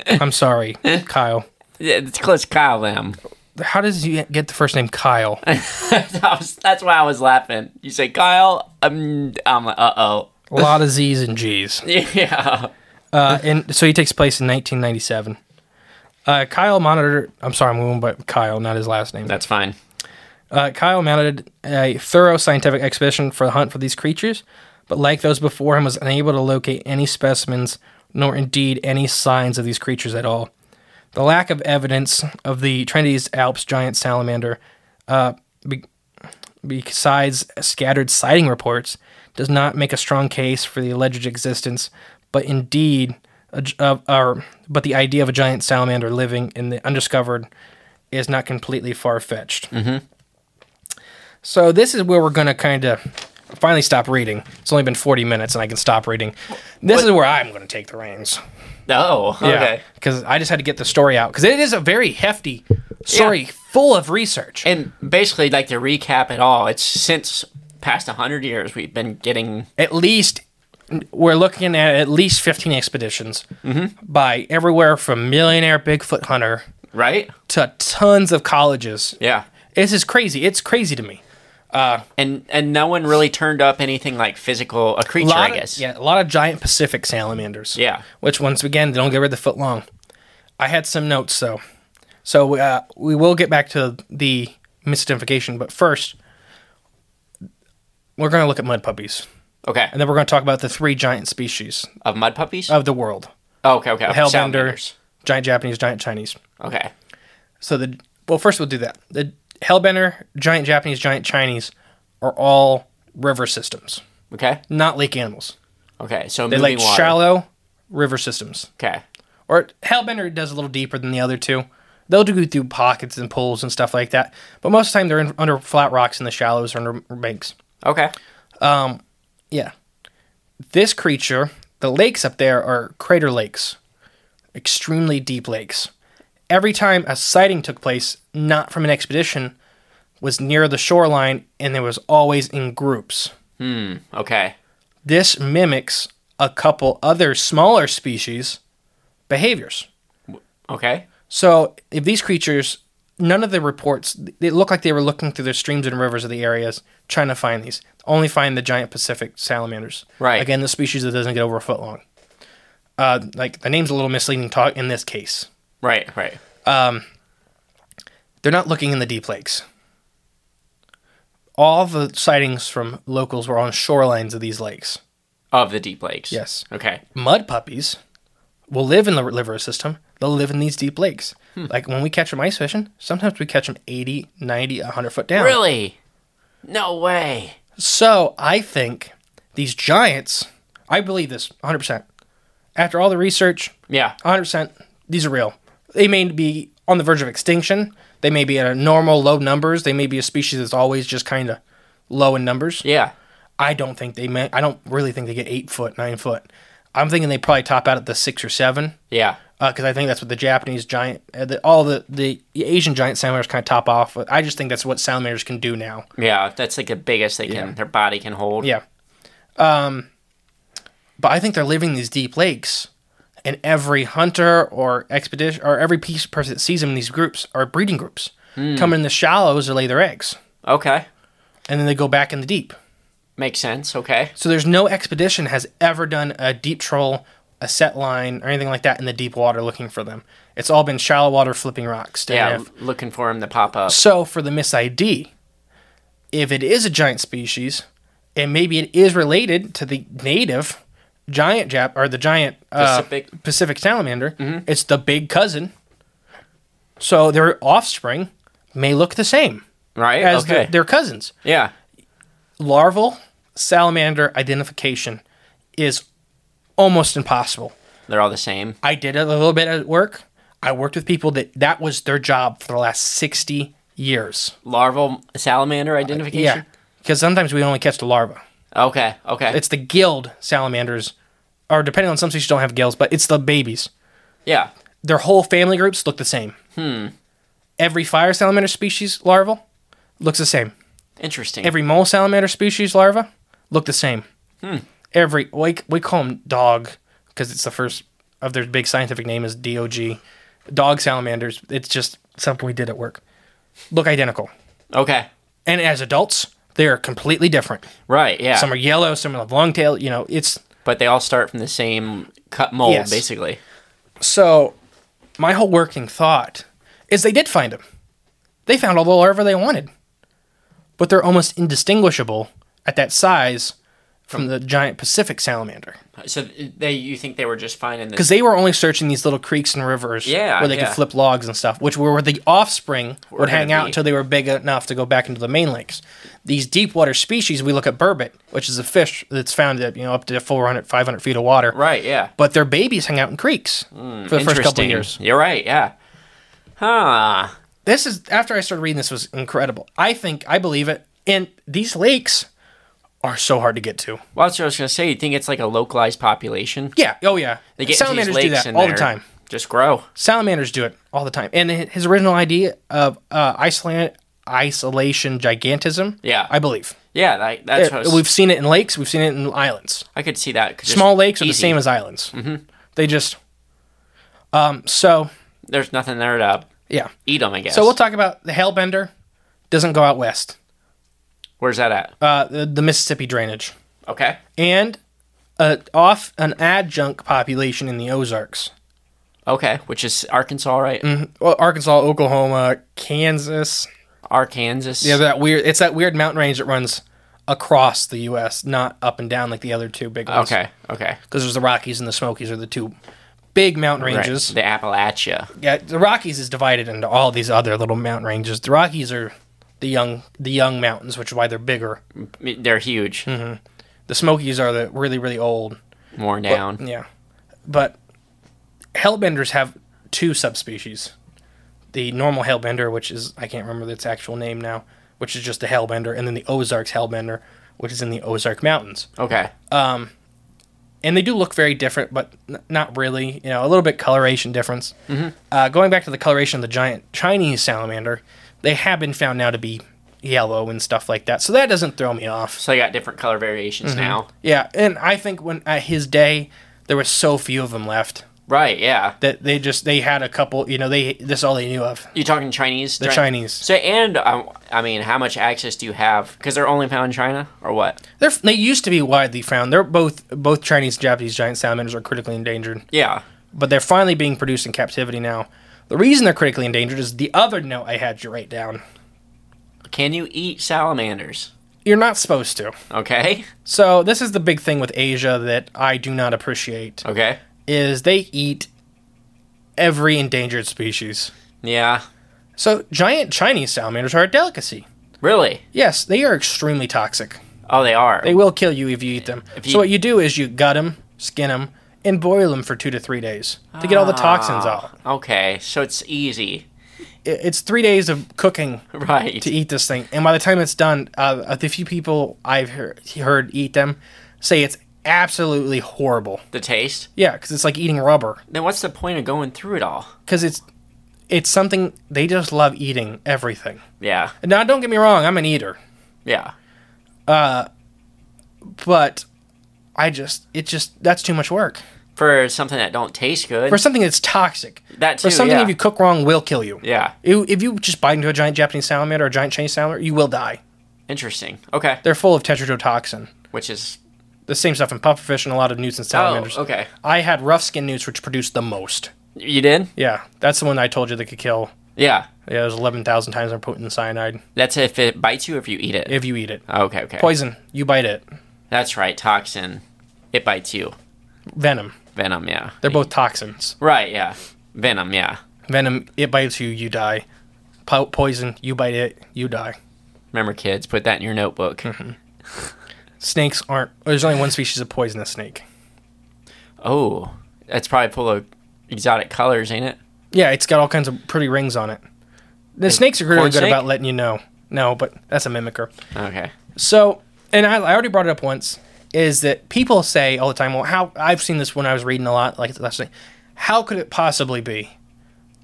I'm sorry, Kyle.
Yeah, It's close Kyle M.
How does you get the first name Kyle?
I was- that's why I was laughing. You say Kyle, um, I'm like, uh oh.
A lot of Z's and G's.
Yeah.
Uh, and so he takes place in 1997. Uh, Kyle monitored. I'm sorry, I'm going by Kyle, not his last name.
That's fine.
Uh, Kyle mounted a thorough scientific expedition for the hunt for these creatures, but like those before him, was unable to locate any specimens, nor indeed any signs of these creatures at all. The lack of evidence of the Trinity's Alps giant salamander uh, be- besides scattered sighting reports, does not make a strong case for the alleged existence, but indeed, a gi- of or, but the idea of a giant salamander living in the undiscovered is not completely far fetched. Mm-hmm. So this is where we're going to kind of finally stop reading. It's only been 40 minutes, and I can stop reading. This is where I'm going to take the reins.
Oh, okay.
Because I just had to get the story out because it is a very hefty story full of research.
And basically, like to recap it all, it's since past 100 years we've been getting
at least we're looking at at least 15 expeditions
Mm-hmm.
by everywhere from millionaire Bigfoot hunter
right.
to tons of colleges.
Yeah.
This is crazy. It's crazy to me.
And and no one really turned up anything like physical a creature,
lot
I guess.
Of, yeah, a lot of giant Pacific salamanders.
Yeah.
Which once again, they don't get rid of the foot long. I had some notes though, so uh, we will get back to the mystification, but first we're going to look at mud puppies,
Okay.
and then we're going to talk about the three giant species
Of mud puppies?
of the world:
oh, okay, okay.
hellbender,
Salamanders.
giant Japanese, giant Chinese.
Okay.
So the well, first we'll do that. The hellbender, giant Japanese, giant Chinese are all river systems,
Okay.
not lake animals.
Okay. So
They
moving
like
water.
shallow river systems.
Okay.
or Hellbender does a little deeper than the other two. They'll do through pockets and pools and stuff like that, but most of the time they're in, under flat rocks in the shallows or under banks.
Okay.
Yeah, this creature, the lakes up there are crater lakes, extremely deep lakes. Every time a sighting took place, not from an expedition, was near the shoreline, and there was always in groups.
Okay.
This mimics a couple other smaller species' behaviors.
Okay.
So if these creatures, none of the reports, it looked like they were looking through the streams and rivers of the areas trying to find these. Only find the giant Pacific salamanders.
Right.
Again, the species that doesn't get over a foot long. Uh, like the name's a little misleading. Talk in this case,
Right, right.
they're not looking in the deep lakes. All the sightings from locals were on shorelines of these lakes.
Of the deep lakes.
Yes.
Okay.
mud puppies will live in the river system. They'll live in these deep lakes.
Hmm.
Like when we catch them ice fishing, sometimes we catch them 80, 90, 100 foot down.
Really? No way.
So I think these giants, I believe this 100%. After all the research,
Yeah.
100%, these are real. They may be on the verge of extinction. They may be at a normal low numbers. They may be a species that's always just kind of low in numbers.
Yeah.
I don't think they may, I don't really think they get eight foot, nine foot. I'm thinking they probably top out at the six or seven.
Yeah.
because I think that's what the Japanese giant, uh, the, all the the Asian giant salamanders kind of top off. I just think that's what salamanders can do now.
Yeah. That's like the biggest they can their body can hold.
Yeah. Um, but I think they're living in these deep lakes, and every hunter or expedition or every piece person that sees them in these groups are breeding groups. Come in the shallows to lay their eggs,
Okay.
and then they go back in the deep.
Makes sense. Okay.
So there's no expedition has ever done a deep troll, a set line, or anything like that in the deep water looking for them. It's all been shallow water flipping rocks. down
Yeah.
there.
l- Looking for him to pop up.
So for the Miss ID, if it is a giant species, and maybe it is related to the native giant Jap or the giant uh,
Pacific. Mm-hmm.
Pacific salamander, it's the big cousin. So their offspring may look the same
Right?
as
okay.
their, their cousins.
yeah.
Larval salamander identification is almost impossible.
They're all the same.
I did a little bit of work. I worked with people that that was their job for the last 60 years.
Larval
Uh,
salamander identification?
Yeah, because sometimes we only catch the larva.
Okay. Okay.
It's the gilled salamanders, or depending on some species don't have gills, but it's the babies.
yeah.
Their whole family groups look the same. Hmm. Every fire salamander species larval looks the same.
Interesting.
Every mole salamander species larva look the same. Every we, we call them dog because it's the first of their big scientific name is DOG. Dog salamanders. It's just something we did at work. Look identical,
okay.
and as adults, they are completely different.
Right. Yeah.
Some are yellow, some have long tail. You know, it's
but they all start from the same cut mold,
Yes.
basically.
so. My whole working thought is they did find them. They found all the larvae they wanted, but they're almost indistinguishable at that size from the giant Pacific salamander.
So th- they, you think they were just finding
Because
this?
they were only searching these little creeks and rivers
Yeah,
where they
yeah.
could flip logs and stuff, which were where the offspring would
gonna
hang out
be.
until they were big enough to go back into the main lakes. These deep water species, we look at burbot, which is a fish that's found at, you know, up to 400, 500 feet of water.
Right. Yeah.
But their babies hang out in creeks for the first couple of
Hmm, Interesting.
years.
You're right. Yeah. Huh.
this is after I started reading this was incredible. I think I believe it. And these lakes are so hard to get to.
Well, that's what I was gonna say. You think it's like a localized population?
Yeah. Oh yeah.
They get into
Salamanders
these
do
lakes
that
and
all the
they're-
time.
Just grow.
Salamanders do it all the time. And his original idea of uh, isolan isolation gigantism.
Yeah.
I believe.
Yeah. That, that's what I, was-
Uh, we've seen it in lakes. We've seen it in islands.
I could see that. 'cause just
Small lakes are the
easy.
same as islands. Mm-hmm. They just. Um. So
There's nothing there to
yeah.
eat them. I guess.
So we'll talk about the hellbender. Doesn't go out west.
Where's that at?
Uh, the, the Mississippi drainage.
Okay.
and uh, off an adjunct population in the Ozarks.
Okay. Which is Arkansas, right?
Well, Arkansas, Oklahoma, Kansas.
Arkansas.
Yeah, that weird. It's that weird mountain range that runs across the U.S., not up and down like the other two big ones.
Okay. Okay.
Because there's the Rockies and the Smokies are the two big mountain
Right.
ranges.
The Appalachia.
Yeah, the Rockies is divided into all these other little mountain ranges. The Rockies are the young, the young mountains, which is why they're bigger.
I mean, They're huge.
Mm-hmm. The Smokies are the really, really old.
Worn down.
Yeah. But hellbenders have two subspecies. The normal hellbender, which is I can't remember its actual name now, which is just a hellbender, and then the Ozarks hellbender, which is in the Ozark Mountains.
Okay.
uh, And they do look very different, but n- not really. You know, a little bit coloration difference. Uh, going back to the coloration of the giant Chinese salamander, they have been found now to be yellow and stuff like that. So that doesn't throw me off.
so they got different color variations
mm-hmm.
now.
Yeah, and I think when at his day there were so few of them left.
Right. Yeah.
that they just they had a couple you know they that's all they knew of
You talking Chinese?
The Chinese.
So and um, I mean, how much access do you have? Because they're only found in China, or what?
they're they used to be widely found they're both both chinese and japanese giant salamanders are critically endangered
Yeah.
but they're finally being produced in captivity now the reason they're critically endangered is the other note i had you write down
Can you eat salamanders?
you're not supposed to
Okay.
so this is the big thing with asia that i do not appreciate
Okay.
is they eat every endangered species
Yeah.
so giant chinese salamanders are a delicacy
Really?
yes they are extremely toxic
Oh, they are.
They will kill you if you eat them.
you-
so what you do is you gut them, skin them, and boil them for two to three days to get all the toxins
Ah.
out.
Okay, so it's easy,
I- It's three days of cooking
right?
to eat this thing, and by the time it's done, uh, the few people I've heard, heard eat them say it's absolutely horrible.
The taste.
Yeah, because it's like eating rubber.
Then what's the point of going through it all?
Because it's it's something they just love eating everything.
Yeah.
Now, don't get me wrong, I'm an eater,
Yeah.
but I just it just that's too much work
For something that don't taste good.
for something that's toxic.
That
for
too,
something
yeah.
if you cook wrong will kill you.
yeah.
You- If you just bite into a giant Japanese salamander or a giant Chinese salamander, you will die.
Interesting. Okay.
They're full of tetrodotoxin,
Which is
the same stuff in pufferfish and a lot of newts and salamanders.
Oh, okay.
I had rough skin newts, which produced the most.
you did?
Yeah, that's the one I told you that could kill.
Yeah.
Yeah, there's 11,000 times more potent than cyanide
That's if it bites you, or if you eat it.
if you eat it.
okay. Okay.
Poison, you bite it.
That's right. Toxin. It bites you.
Venom,
Venom. Yeah.
they're both toxins.
Right. Yeah. Venom. Yeah.
Venom, it bites you, you die. Po- poison, you bite it, you die.
Remember, kids, put that in your notebook.
Mm-hmm. Snakes aren't. There's only one species of poisonous snake.
Oh, that's probably full of exotic colors, ain't it?
Yeah, it's got all kinds of pretty rings on it. The snakes are really
corn
good
snake?
about letting you know. No, but that's a mimicker.
Okay.
So, and I, I already brought it up once, is that people say all the time, well, how I've seen this when I was reading a lot, like last night. How could it possibly be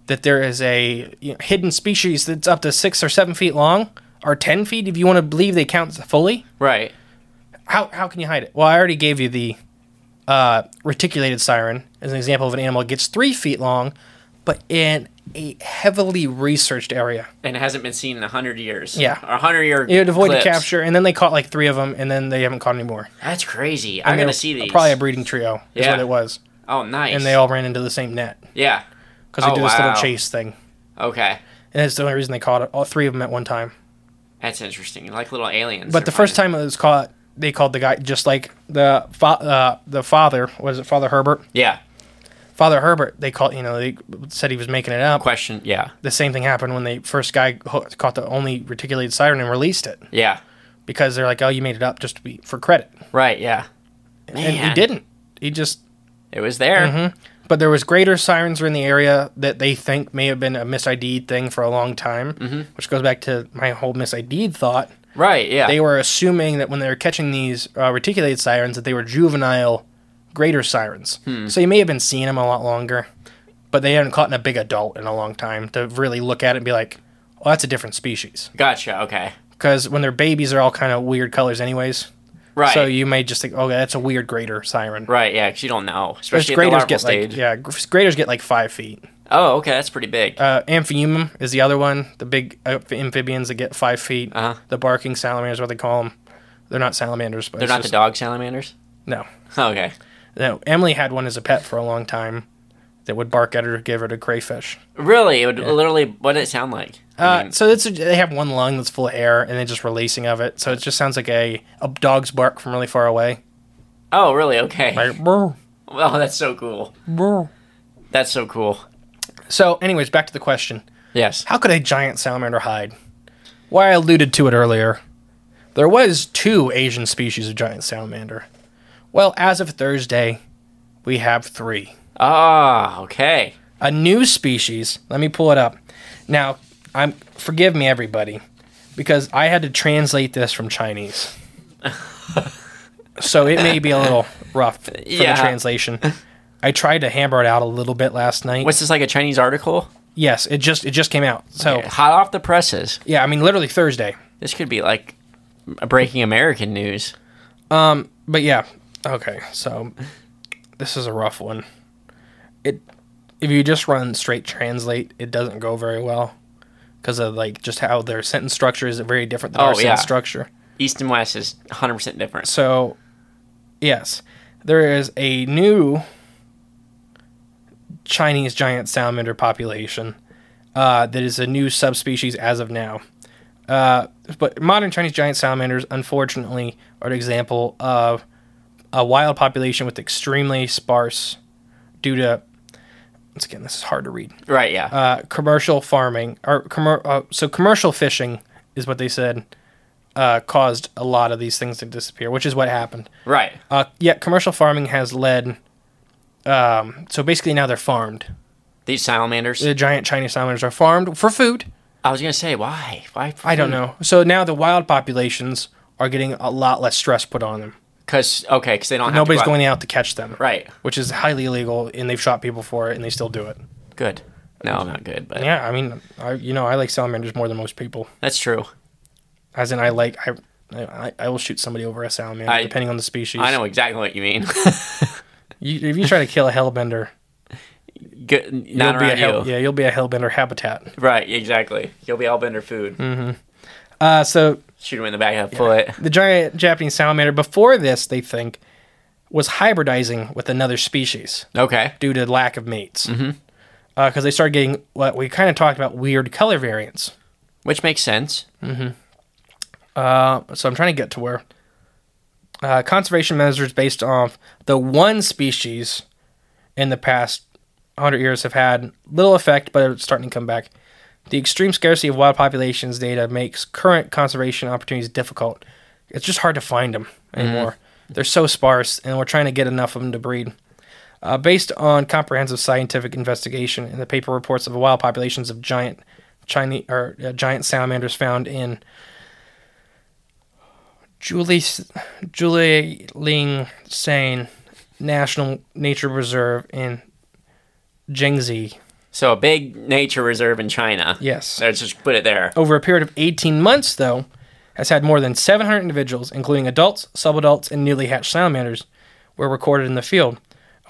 that there is a you know, hidden species that's up to six or seven feet long, or ten feet if you want to believe they count fully?
Right.
How how can you hide it? Well, I already gave you the uh, reticulated siren as an example of an animal that gets three feet long, but in a heavily researched area.
And it hasn't been seen in a hundred years.
Yeah.
A hundred year.
It avoided
clips.
capture, and then they caught like three of them, and then they haven't caught any more.
That's crazy. I'm gonna
They're
see these.
Probably a breeding trio is
Yeah.
what it was,
oh, nice.
and they all ran into the same net
Yeah.
because they
Oh,
did this
wow.
little chase thing,
Okay.
and that's the only reason they caught it, all three of them at one time.
That's interesting. Like little aliens.
But the first time it was caught, they called the guy just like the fa- uh, the father was it Father Herbert?
Yeah.
Father Herbert. They called you know they said he was making it up.
Question. Yeah.
The same thing happened when the first guy ho- caught the only reticulated siren and released it
Yeah.
because they're like, oh, you made it up just to be for credit,
Right. Yeah.
and he
Man.
didn't. He just
It was there.
Mm-hmm. but there was greater sirens in the area that they think may have been a misidentified thing for a long time, which goes back to my whole misidentified thought.
Right. Yeah.
They were assuming that when they were catching these uh, reticulated sirens, that they were juvenile greater sirens. So you may have been seeing them a lot longer, but they haven't caught in a big adult in a long time to really look at it and be like, "Well, that's a different species."
gotcha. Okay.
Because when they're babies, they're all kind of weird colors, anyways.
Right.
So you may just think, "Oh, that's a weird greater siren."
right. Yeah. Because you don't know,
Whereas
especially at the larval
get
stage.
like yeah, gr- graders get like five feet.
Oh, okay. That's pretty big.
Uh, amphiumum is the other one. The big uh, amphibians that get five feet.
Uh-huh.
The barking salamanders, what they call them. They're not salamanders, but
They're
it's
not
just-
the dog salamanders.
No,
Okay.
no. Emily had one as a pet for a long time. That would bark at her, give her to crayfish.
Really? It would literally. What did it sound like?
Uh, so it's they have one lung that's full of air, and then just releasing of it. So it just sounds like a, a dog's bark from really far away.
Oh, really? Okay.
Like, "Brr,
Well, that's so cool.
brr."
That's so cool.
So, anyways, back to the question:
Yes.
How could a giant salamander hide? Why I alluded to it earlier. There was two Asian species of giant salamander. Well, as of Thursday, we have three.
Ah, okay.
A new species. Let me pull it up. Now, I'm forgive me everybody because I had to translate this from Chinese. so it may be a little rough for
Yeah.
the translation. I tried to hammer it out a little bit last night.
What's this like a Chinese article?
yes, it just it just came out. So,
Hot off the presses.
yeah, I mean literally Thursday.
This could be like breaking American news.
But yeah, okay. So this is a rough one. It if you just run straight translate, it doesn't go very well because of like just how their sentence structure is very different than
Oh,
our
yeah.
sentence structure.
East and West is 100% different.
So yes, there is a new Chinese giant salamander population uh, that is a new subspecies as of now. Uh, but modern Chinese giant salamanders, unfortunately, are an example of a wild population with extremely sparse due to once again this is hard to read
Right, yeah.
uh, commercial farming or commer- uh, so commercial fishing is what they said uh, caused a lot of these things to disappear which is what happened
right.
uh, yet commercial farming has led um, so basically now they're farmed
These salamanders.
the giant chinese salamanders are farmed for food
I was going to say, why? Why?
i don't know so now the wild populations are getting a lot less stress put on them
Because, okay, because they don't have to
nobody's
go out-
going out to catch them
Right.
which is highly illegal and they've shot people for it and they still do it
Good. No, not good, but
yeah i mean I, you know i like salamanders more than most people
that's true.
As in, I like I, I, I will shoot somebody over a salamander
I-
depending on the species.
I know exactly what you mean.
You, if you try to kill a hellbender,
good, not
you'll be a
around
hell,
you.
yeah, you'll be a hellbender habitat.
Right, exactly. You'll be all bender food.
Mm. Uh, so
Shoot him in the back of the foot.
the giant Japanese salamander before this, they think, was hybridizing with another species
Okay.
due to lack of mates.
Mm-hmm.
Because they started getting what we kind of talked about weird color variants.
Which makes sense.
so I'm trying to get to where uh, conservation measures based off the one species in the past 100 years have had little effect, but it's starting to come back. The extreme scarcity of wild populations data makes current conservation opportunities difficult. It's just hard to find them anymore. They're so sparse, and we're trying to get enough of them to breed. Uh, based on comprehensive scientific investigation, and the paper reports of the wild populations of giant Chinese or uh, giant salamanders found in Julie Julie Ling Sane National Nature Reserve in Jingzi.
So a big nature reserve in China.
Yes.
Let's just put it there.
Over a period of 18 months, though, has had more than 700 individuals, including adults, subadults, and newly hatched salamanders, were recorded in the field.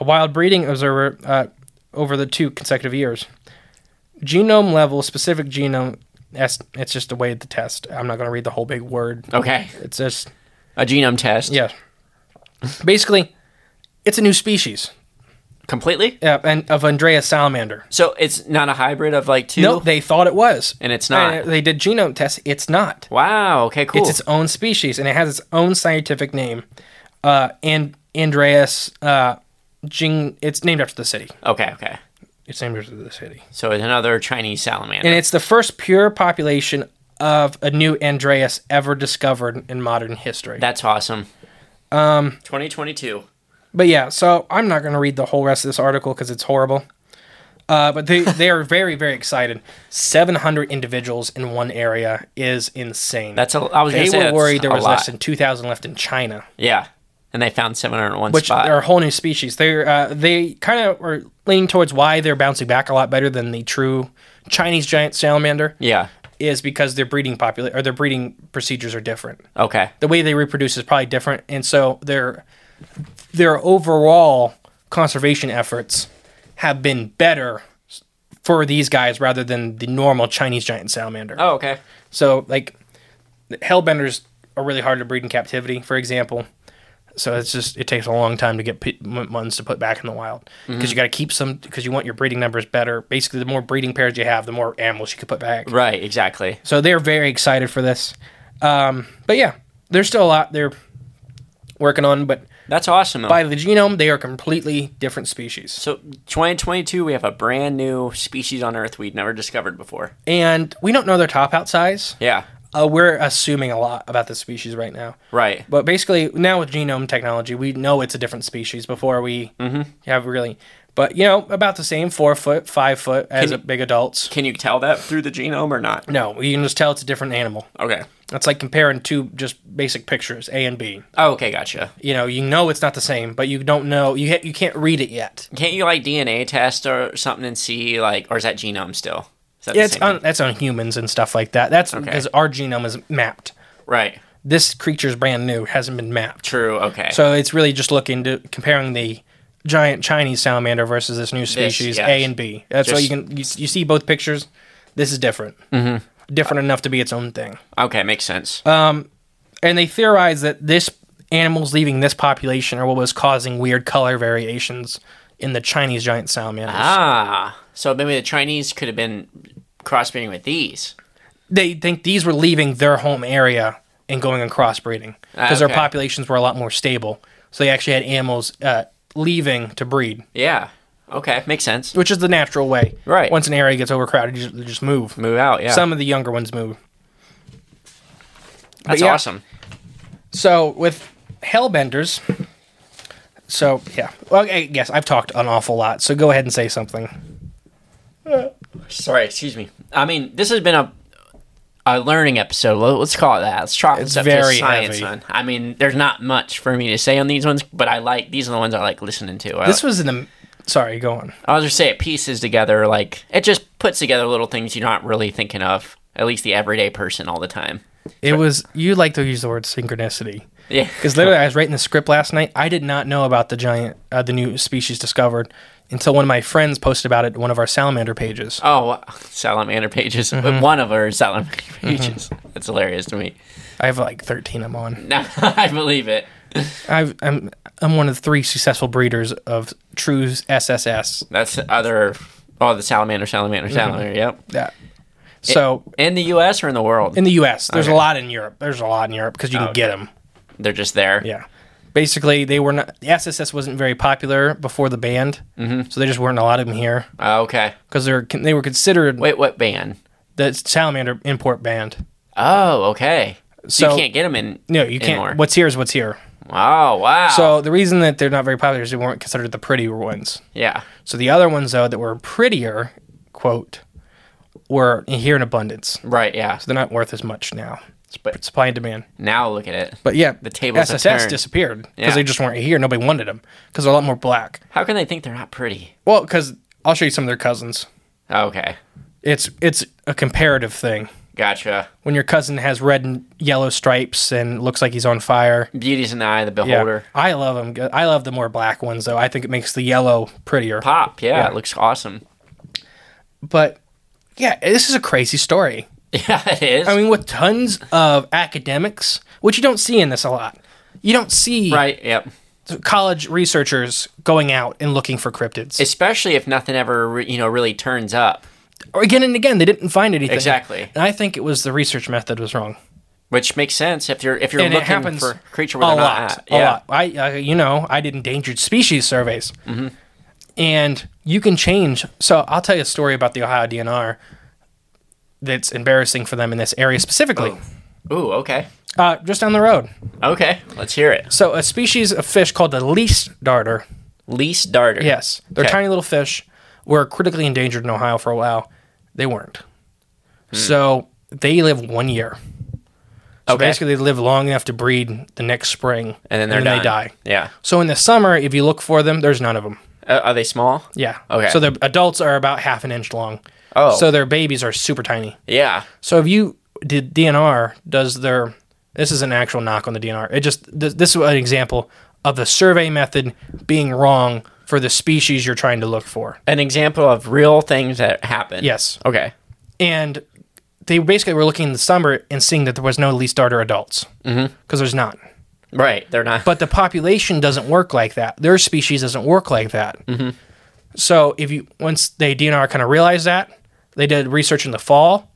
A wild breeding observer uh, over the two consecutive years. Genome level, specific genome. That's, it's just a way to test. I'm not going to read the whole big word.
Okay.
It's just
A genome test.
Yeah. Basically, it's a new species.
completely.
Yeah, and of Andrea Salamander.
So it's not a hybrid of like two.
Nope, they thought it was,
And it's not.
they did genome tests. It's not.
wow. Okay. Cool.
It's its own species, and it has its own scientific name. Uh, and Andreas uh, Jing. It's named after the city.
okay. Okay.
It's named after the city,
So it's another Chinese salamander.
and it's the first pure population of a new Andreas ever discovered in modern history.
That's awesome. Um, 2022.
But yeah, so I'm not going to read the whole rest of this article because it's horrible. Uh, but they, they are very, very excited. 700 individuals in one area is insane.
That's a- I was gonna
They
say
were
that's
worried there
a
was
lot.
less than 2,000 left in China,
Yeah. And they found 701
which
spot.
are a whole new species. They uh, they kind of are leaning towards why they're bouncing back a lot better than the true Chinese giant salamander
yeah.
is because their breeding popula- or their breeding procedures are different.
Okay.
the way they reproduce is probably different, and so their their overall conservation efforts have been better for these guys rather than the normal Chinese giant salamander.
Oh, okay.
So like hellbenders are really hard to breed in captivity, for example. So it's just it takes a long time to get p- m- ones to put back in the wild because you got to keep some because you want your breeding numbers better. Basically, the more breeding pairs you have, the more animals you can put back.
Right. Exactly.
So they're very excited for this. Um, but yeah, there's still a lot they're working on. But
That's awesome. though.
by the genome, they are completely different species.
so 2022, we have a brand new species on Earth we'd never discovered before.
And we don't know their top out size.
Yeah.
Uh, we're assuming a lot about this species right now.
Right.
But basically, now with genome technology, we know it's a different species before we
Mm-hmm.
have really. But you know, about the same four foot, five foot as
Can-
big adults.
Can you tell that through the genome or not?
No, you can just tell it's a different animal.
Okay.
That's like comparing two just basic pictures, A and B.
Oh, okay. Gotcha.
you know you know it's not the same but you don't know you ha- you can't read it yet
Can't you like DNA test or something and see like, or is that genome still? Is that the
yeah, it's
same
on,
thing?
that's on humans and stuff like that that's because our genome is mapped
right.
this creature's brand new hasn't been mapped
True. Okay.
so it's really just looking to comparing the giant chinese salamander versus this new species
yes.
a and b that's why you
Just-
can you, you see both pictures this is different mm-hmm. different enough to be its own thing
okay, makes sense.
Uh, and they theorize that this animals leaving this population are what was causing weird color variations in the chinese giant salamanders
ah, so maybe the Chinese could have been crossbreeding with these.
they think these were leaving their home area and going and crossbreeding
Ah,
because their
okay.
populations were a lot more stable. So they actually had animals uh, leaving to breed,
Yeah. Okay, makes sense.
which is the natural way.
Right.
Once an area gets overcrowded, you just, you just move.
Move out. Yeah.
Some of the younger ones move.
That's
yeah.
awesome.
So with hellbenders, so yeah. Well, I guess I've talked an awful lot. So go ahead and say something.
Sorry, excuse me. I mean, this has been a a learning episode. Let- Let's call it that. Let's chalk
It's
this up to
very
science.
heavy.
Man. I mean, there's not much for me to say on these ones, but I like these are the ones I like listening to. I,
This was in the. Sorry, go on.
I was just say it pieces together like it just puts together little things you're not really thinking of. At least the everyday person all the time.
It was. You like to use the word synchronicity.
Yeah.
Because literally, I was writing the script last night. I did not know about the giant, uh, the new species discovered, until one of my friends posted about it to one of our salamander pages.
Oh, salamander pages.
Mm-hmm.
One of her salamander pages. That's hilarious to me.
I have like 13 I'm on.
No, I believe it.
I've, I'm I'm one of the three successful breeders of true SSS.
That's other. Oh, the salamander,
Mm-hmm.
salamander, salamander. Yep.
That. So
In the U.S. or in the world,
in the U.S., there's a lot in Europe. There's a lot in Europe because you can get 'em. get them.
they're just there.
Yeah. Basically, they were not. The SSS wasn't very popular before the band, mm-hmm. so there just weren't a lot of them here
Oh, okay.
because they're con- they were considered
Wait, what ban?
the salamander import band.
Oh, okay. So
So-
you can't get them in.
No, you can't.
Anymore.
What's here is what's here.
Oh, wow.
So the reason that they're not very popular is they weren't considered the prettier ones.
yeah.
So the other ones though that were prettier, quote, were here in abundance. So
Right. Yeah.
they're not worth as much now. It's
But-
supply and demand.
Now look at it.
But yeah,
The tables have
SSS
turned.
disappeared because
Yeah.
they just weren't here. Nobody wanted them because they're a lot more black.
How can they think they're not pretty?
Well, because I'll show you some of their cousins.
Okay.
It's it's a comparative thing.
Gotcha.
When your cousin has red and yellow stripes and looks like he's on fire.
Beauty's in the eye of the beholder.
I love them. I love the more black ones though. I think it makes the yellow prettier.
Pop. Yeah,
Yeah.
It looks awesome.
But yeah, this is a crazy story.
Yeah, it is.
I mean, with tons of academics, which you don't see in this a lot. You don't see
right. Yep.
college researchers going out and looking for cryptids.
especially if nothing ever re- you know really turns up,
or again and again, they didn't find anything.
Exactly.
And I think it was the research method was wrong.
which makes sense if you're if you're
and it
looking
happens
for a creature where they're
a
not
lot,
at.
a lot. I, I, you know, I did endangered species surveys,
Mm-hmm.
and you can change. So I'll tell you a story about the Ohio DNR that's embarrassing for them in this area specifically,
Oh. Ooh, okay,
uh, just down the road.
okay, let's hear it.
So a species of fish called the least darter.
Least darter.
Yes, they're
Okay.
tiny little fish. Were critically endangered in Ohio for a while. They weren't.
Hmm.
So they live one year. So
Okay.
basically, they live long enough to breed the next spring,
and then they're
they
done.
die.
Yeah.
So in the summer, if you look for them, there's none of them.
Uh, are they small?
Yeah.
Okay.
So the adults are about half an inch long.
Oh.
So their babies are super tiny.
Yeah.
So if you did DNR, does their this is an actual knock on the DNR. It just th- this is an example of the survey method being wrong for the species you're trying to look for.
An example of real things that happen.
Yes.
Okay.
And they basically were looking in the summer and seeing that there was no least darter adults because mm-hmm. there's not.
Right. They're not.
but the population doesn't work like that. Their species doesn't work like that.
Mm-hmm.
So if you once they DNR kind of realized that, they did research in the fall,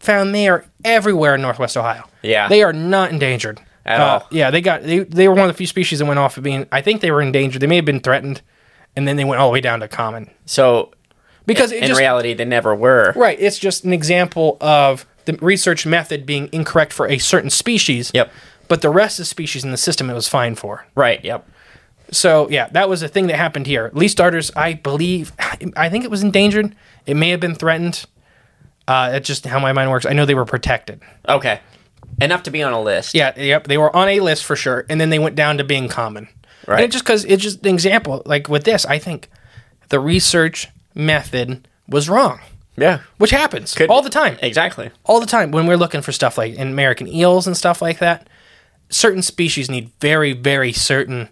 found they are everywhere in Northwest Ohio.
Yeah.
they are not endangered Uh,
At all.
Yeah, they got they they were one of the few species that went off of being. I think they were endangered. They may have been threatened, and then they went all the way down to common
so
because it
in
just
reality, they never were.
right. It's just an example of the research method being incorrect for a certain species.
Yep.
But the rest of the species in the system, it was fine for.
Right. Yep.
So yeah, that was a thing that happened here. Least starters, I believe, I think it was endangered. It may have been threatened. Uh, that's just how my mind works. I know they were protected.
Okay. Enough to be on a list.
Yeah, yep, they were on a list for sure, and then they went down to being common.
Right.
And it just because it's just an example. Like with this, I think the research method was wrong,
Yeah.
which happens
Could-
all the time.
Exactly.
All the time when we're looking for stuff like in American eels and stuff like that, certain species need very, very certain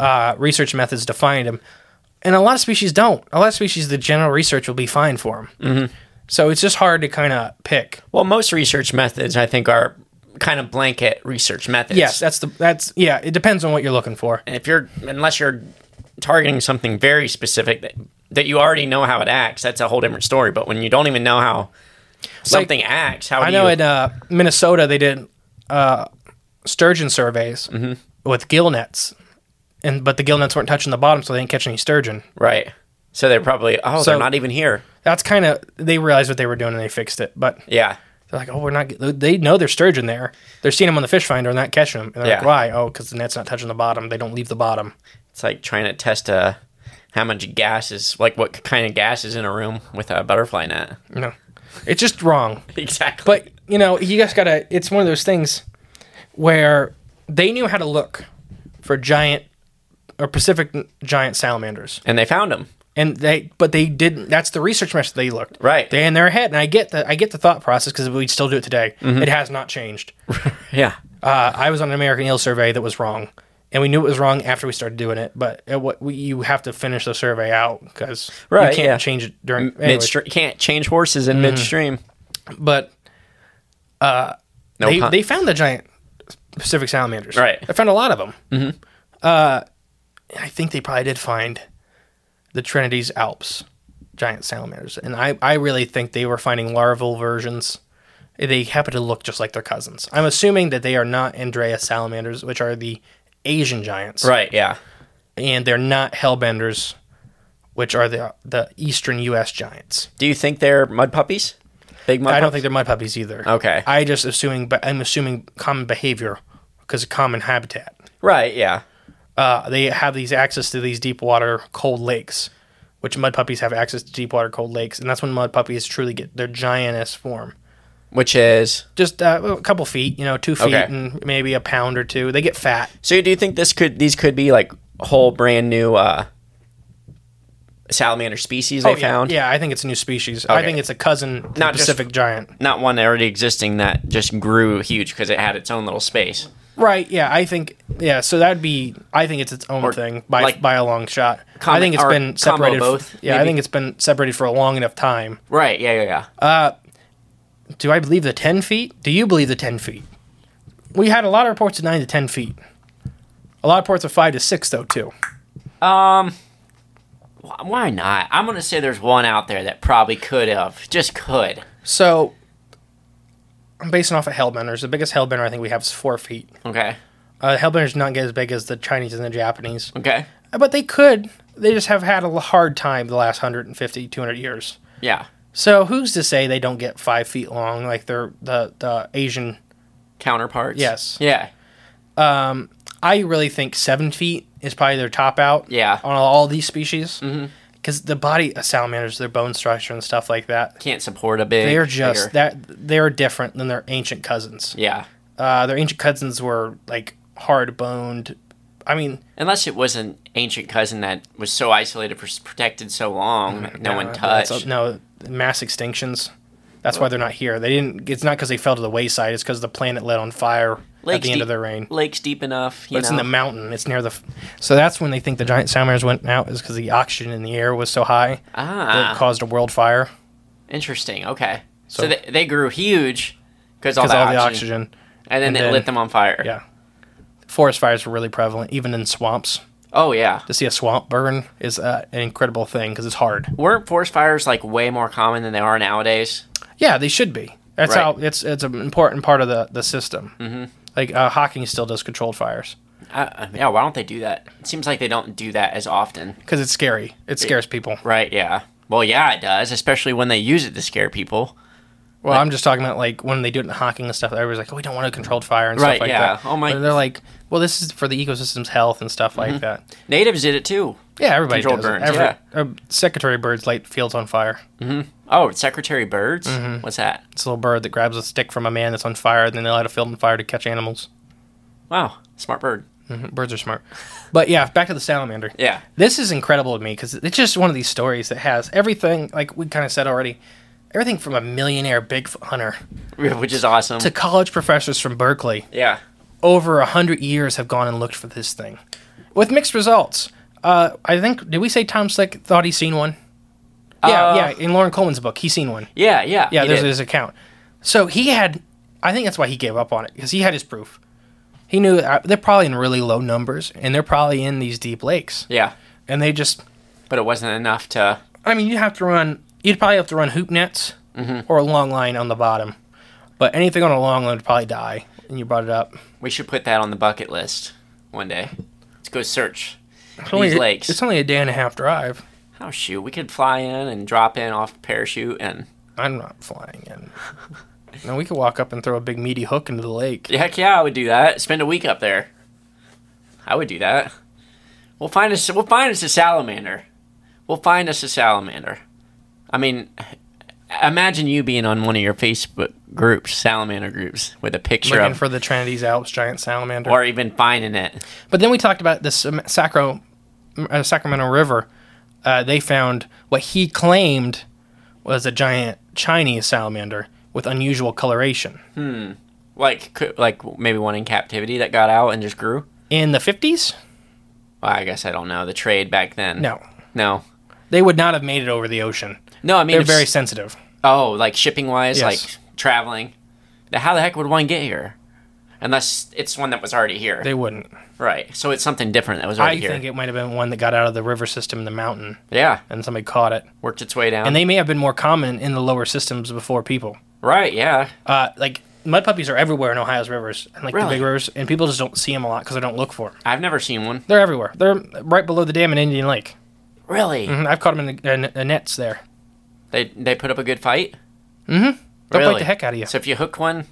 uh, research methods to find them. And a lot of species don't. A lot of species, the general research will be fine for them. Mm-hmm. So it's just hard to kind of pick.
Well, most research methods, I think, are kind of blanket research methods.
Yes, that's the that's yeah. It depends on what you're looking for.
And if you're, unless you're targeting something very specific that, that you already know how it acts, that's a whole different story. But when you don't even know how something acts, how
I
do
know
you,
in uh, Minnesota they did uh, sturgeon surveys with gill nets, and but the gill nets weren't touching the bottom, so they didn't catch any sturgeon.
Right. So they're probably, oh,
So-
they're not even here.
That's kind of they realized what they were doing and they fixed it. But
Yeah.
They're like, oh, we're not. get- They know there's sturgeon there. They're seeing them on the fish finder and not catching them. And they're
Yeah.
like, why? Oh, because the net's not touching the bottom. They don't leave the bottom.
It's like trying to test uh, how much gas is, like what kind of gas is in a room with a butterfly net.
You know, it's just wrong.
Exactly.
But you know, you guys gotta. It's one of those things where they knew how to look for giant or Pacific giant salamanders,
and they found them.
and they but they didn't. That's the research method they looked
Right.
They in their head, and I get the I get the thought process because we still do it today.
Mm-hmm.
It has not changed.
Yeah.
uh, I was on an American Eel survey that was wrong, and we knew it was wrong after we started doing it. But it, what we, you have to finish the survey out because
Right,
you can't
yeah.
change it during anyways,
Midstream can't change horses in midstream.
But uh,
No
they,
pun.
they found the giant Pacific salamanders.
Right.
they found a lot of them. Mm-hmm. Uh, and I think they probably did find the Trinity's Alps giant salamanders, and I I really think they were finding larval versions. They happen to look just like their cousins. I'm assuming that they are not Andrea salamanders, which are the Asian giants.
right. Yeah.
and they're not hellbenders, which are the the eastern U.S. giants.
Do you think they're mud puppies? Big mud.
I don't
pups?
think they're mud puppies either.
Okay.
I just assuming, but I'm assuming common behavior because of common habitat.
Right. Yeah.
Uh, they have these access to these deep water cold lakes, which mud puppies have access to deep water cold lakes, and that's when mud puppies truly get their giantess form.
Which is
Just uh, a couple feet, you know, two feet
Okay.
and maybe a pound or two. They get fat.
so. Do you think this could these could be like whole brand new uh, salamander species they
Oh, yeah.
found?
Yeah, I think it's a new species. I
Oh, Okay.
think it's a cousin to
Not
the
just-
Pacific giant.
Not one already existing that just grew huge because it had its own little space.
Right. Yeah. I think. Yeah. So that'd be. I think it's its own
Or,
thing by
like,
by a long shot. I
combi-
think it's
or
been
combo
separated.
both,
yeah. I
maybe?
think it's been separated for a long enough time.
Right. Yeah. Yeah. Yeah.
Do I believe the ten feet? Do you believe the ten feet? We had a lot of reports of nine to ten feet.
A lot of ports are five to six though too.
Wh- Why not? I'm gonna say there's one out there that probably could have, just could.
So I'm basing off of Hellbenders. The biggest Hellbender I think we have is four feet.
Okay.
Uh, Hellbenders not get as big as the Chinese and the Japanese,
Okay.
but they could. They just have had a l- hard time the last 150, 200 years.
Yeah.
So who's to say they don't get five feet long like they're the, the Asian?
Counterparts.
Yes.
Yeah.
I really think seven feet is probably their top out.
Yeah. Mm-hmm.
On all these species. Because the body of salamanders, their bone structure and stuff like that,
Can't support a big.
they are just
bigger-
that they are different than their ancient cousins.
Yeah.
Uh, their ancient cousins were like hard boned. I mean,
Unless it was an ancient cousin that was so isolated, for, protected so long, that no one touched.
that's- no mass extinctions. That's why they're not here. They didn't. It's not because they fell to the wayside. It's because the planet lit on fire at the end
deep,
of their reign.
Lake's deep enough. You
But it's
know?
in the mountain. It's near the. f- So that's when they think the giant salamanders went out is because the oxygen in the air was so high that
Ah.
it caused a world fire.
Interesting. Okay. So,
So-
they, they grew huge because all,
because
the,
all
oxygen,
the oxygen.
and then
and
it
then-
lit them on fire.
Yeah, forest fires were really prevalent, even in swamps.
Oh yeah.
To see a swamp burn is uh, an incredible thing because it's hard.
Weren't forest fires like way more common than they are nowadays?
Yeah, they should be. That's
Right.
how it's it's an important part of the the system. Mm-hmm. Like uh, Hawking still does controlled fires
I, I- yeah. Why don't they do that? It seems like they don't do that as often.
because it's scary. It scares people.
Right. Yeah. Well, yeah, it does, especially when they use it to scare people.
Well, I'm just talking about like when they do it in Hawking and stuff. Everybody's like, "Oh, we don't want a controlled fire and
Right,
stuff like
yeah.
that."
Oh my-
But they're like, "Well, this is for the ecosystem's health and stuff like that."
Natives did it too.
Yeah, everybody
Controlled
does it.
burns,
Every-
yeah.
uh, secretary birds light fields on fire.
Oh, Secretary Birds.
Mm-hmm.
What's that?
It's a little bird that grabs a stick from a man that's on fire, and then they light a field on fire to catch animals.
Wow, smart bird.
Birds are smart. But yeah, back to the salamander.
Mm-hmm. Yeah.
This is incredible to me because it's just one of these stories that has everything, like we kind of said already, everything from a millionaire big hunter
Which is awesome.
to college professors from Berkeley.
yeah.
Over a hundred years have gone and looked for this thing, with mixed results. Uh, I think did we say Tom Slick thought he'd seen one? Yeah,
Uh,
yeah. In Lauren Coleman's book, he's seen one.
Yeah. Yeah.
Yeah,
he
there's
did.
his account. So he had, I think that's why he gave up on it because he had his proof. He knew uh, they're probably in really low numbers and they're probably in these deep lakes.
Yeah.
And they just,
But it wasn't enough to.
I mean, you have to run, you'd probably have to run hoop nets
Mm-hmm.
or a long line on the bottom. But anything on a long line would probably die. And you brought it up.
We should put that on the bucket list one day. Let's go search
It's
these
only-
lakes.
It's only a day and a half drive.
oh shoot, we could fly in and drop in off parachute and
I'm not flying in. no, we could walk up and throw a big meaty hook into the lake.
heck yeah, I would do that. Spend a week up there. I would do that. We'll find us. We'll find us a salamander. We'll find us a salamander. I mean, imagine you being on one of your Facebook groups, salamander groups, with a picture
Looking
of,
for the Trinity's Alps giant salamander.
or even finding it.
But then we talked about this um, Sacro, uh, Sacramento River. Uh, they found what he claimed was a giant Chinese salamander with unusual coloration
like cou- like maybe one in captivity that got out and just grew.
in the 50s.
Well, I guess I don't know the trade back then.
No,
no,
they would not have made it over the ocean.
no. I mean,
They're
if
very
s-
sensitive.
oh, like shipping wise,
Yes.
like traveling. Now, How the heck would one get here? Unless it's one that was already here,
They wouldn't.
right? So it's something different that was
I
already here.
think it might have been one that got out of the river system in the mountain,
yeah,
and somebody caught it.
worked its way down.
And they may have been more common in the lower systems before people.
right? Yeah,
Uh, like mud puppies are everywhere in Ohio's rivers and like the
Really?
big rivers, and people just don't see them a lot because they don't look for them.
I've never seen one.
They're everywhere. They're right below the dam in Indian Lake.
Really?
Mhm, I've caught them in the, in the nets there.
They they put up a good fight. Mm-hmm.
They'll
really?
bite the heck out of you.
So if you hook one,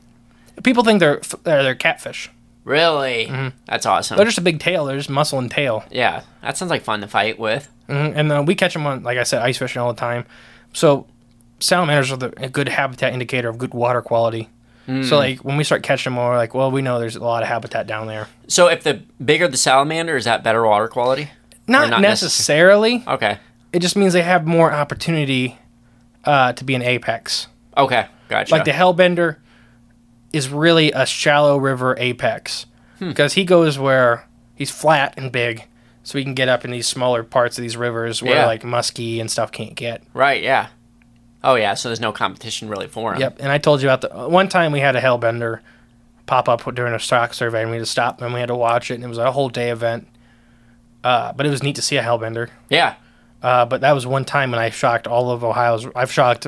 People think they're f- they're, they're catfish.
really, that's awesome.
Mm-hmm. They're just a big tail. They're just muscle and tail.
yeah, that sounds like fun to fight with.
Mhm, And uh, we catch them on, like I said, ice fishing all the time. So salamanders are the, a good habitat indicator of good water quality.
Hmm.
So like when we start catching them, we're like, well, we know there's a lot of habitat down there.
So if the bigger the salamander, is that better water quality?
Not,
not necessar-
necessarily.
Okay.
It just means they have more opportunity uh, to be an apex.
Okay. Gotcha.
Like the Hellbender is really a shallow river apex because he goes where he's flat and big, so he can get up in these smaller parts of these rivers where
Yeah.
like muskie and stuff can't get.
right. Yeah. Oh yeah. So there's no competition really for him.
Yep. And I told you about the one time we had a Hellbender pop up during a stock survey, and we had to stop and we had to watch it, and it was a whole day event. Uh, but it was neat to see a hellbender.
Yeah.
Uh, but that was one time when I shocked all of Ohio's. I've shocked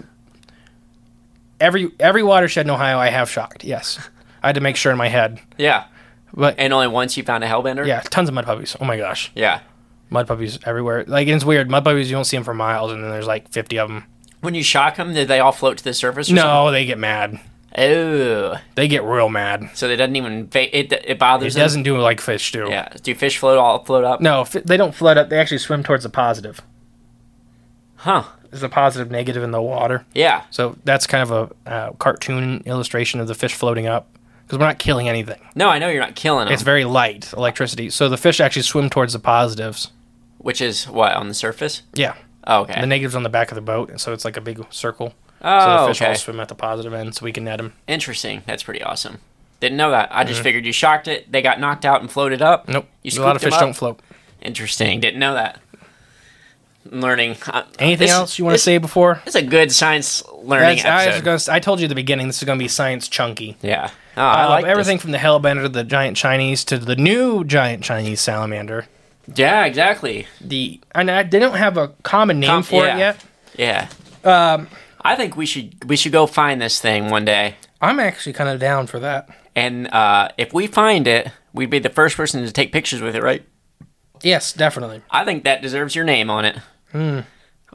every every watershed in Ohio. I have shocked. Yes, I had to make sure in my head.
Yeah.
But
And only once you found a hellbender?
yeah, tons of mud puppies. Oh my gosh,
Yeah.
mud puppies everywhere. Like and it's weird. Mud puppies you don't see them for miles, and then there's like fifty of them.
When you shock them, did they all float to the surface? Or
No, they get mad.
Something? Oh.
They get real mad.
So they doesn't even. fa- It, it
It
bothers them.
doesn't do like fish do.
Yeah. Do fish float all float up?
No, fi- they don't flood up. They actually swim towards the positive.
Huh.
There's a positive, negative in the water.
Yeah.
So that's kind of a uh, cartoon illustration of the fish floating up because we're not killing anything.
No, I know you're not killing them.
It's very light electricity. So the fish actually swim towards the positives.
which is what on the surface.
Yeah.
Oh, okay.
The negatives on the back of the boat, and so it's like a big circle. so
Oh,
the fish
okay.
all swim at the positive end, so we can net them.
Interesting. That's pretty awesome. Didn't know that. I just figured you shocked it. They got knocked out and floated up.
Mm-hmm. Nope. a
You
lot of
scooped 'em
fish
up.
don't float.
Interesting. Didn't know that. I'm learning. Uh,
Anything
this-
else you want to
this-
say before?
It's a good science learning
That's, I, was
episode.
gonna, s- I told you at the beginning this is going to be science chunky.
yeah. Oh, I
Um,
like this.
everything from the hellbender to the giant Chinese to the new giant Chinese salamander.
Yeah. Exactly.
The and I, they don't have a common name
Com-
for
yeah.
it yet.
Yeah. Um. I think we should we should go find this thing one day.
I'm actually kind of down for that.
And uh, if we find it, we'd be the first person to take pictures with it, right?
Yes, definitely.
I think that deserves your name on it.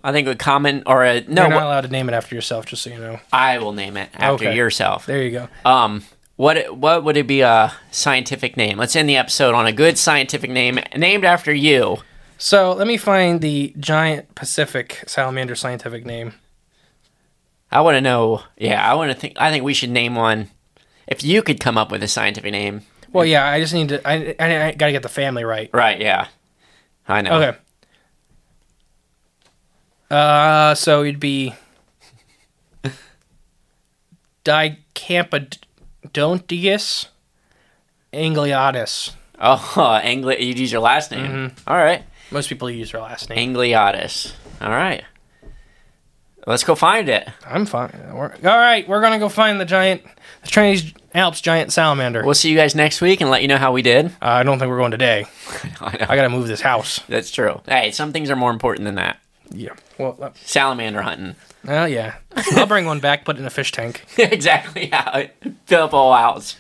I think a comment or a no.
Hmm. You're not
wh-
allowed to name it after yourself, just so you know.
I will name it after
Okay.
yourself.
There you go.
Um, what what would it be a scientific name? Let's end the episode on a good scientific name named after you.
So let me find the giant Pacific salamander scientific name.
I want to know. Yeah, I want to think. I think we should name one. If you could come up with a scientific name,
Well, yeah, I just need to. I, I, I got to get the family right.
right? Yeah, I know.
Okay. Uh, so it'd be Dicampadontius angliatus.
Oh, Angli. You'd use your last name. All right,
Most people use their last name.
Angliotis. All right. Let's go find it.
I'm fine. We're, all right, we're gonna go find the giant, the Chinese Alps giant salamander.
We'll see you guys next week and let you know how we did.
Uh, I don't think we're going today.
I know.
I gotta move this house.
That's true. Hey, some things are more important than that.
Yeah. Well, uh,
Salamander hunting.
well, Oh, yeah. I'll bring one back, put it in a fish tank.
exactly. Yeah. Fill up all hours.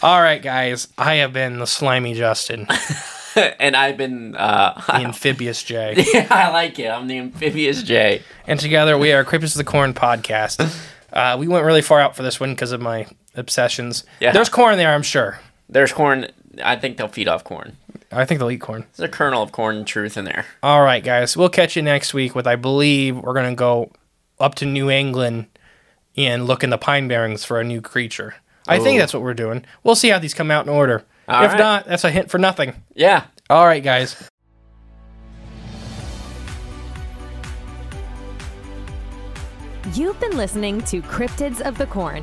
All right, guys. I have been the slimy Justin,
And I've been. Uh,
the amphibious Jay.
I like it. I'm the amphibious Jay.
and together we are Cryptids of the Corn podcast. Uh, we went really far out for this one because of my obsessions.
Yeah.
There's corn there, I'm sure.
There's corn. I think they'll feed off corn.
I think they'll eat corn.
There's a kernel of corn truth in there.
All right, guys. We'll catch you next week with, I believe, we're going to go up to New England and look in the pine barrens for a new creature. I think that's what we're doing. We'll see how these come out in order.
All
if
right.
not, that's a hint for nothing.
Yeah.
All right, guys.
You've been listening to Cryptids of the Corn.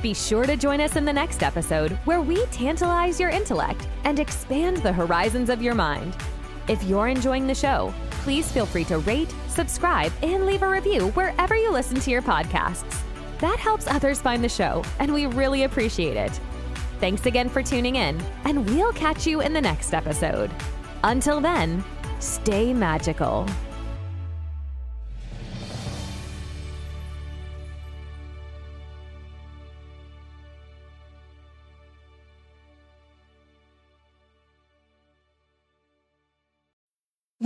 Be sure to join us in the next episode where we tantalize your intellect and expand the horizons of your mind. If you're enjoying the show, please feel free to rate, subscribe, and leave a review wherever you listen to your podcasts. That helps others find the show, and we really appreciate it. Thanks again for tuning in, and we'll catch you in the next episode. Until then, stay magical.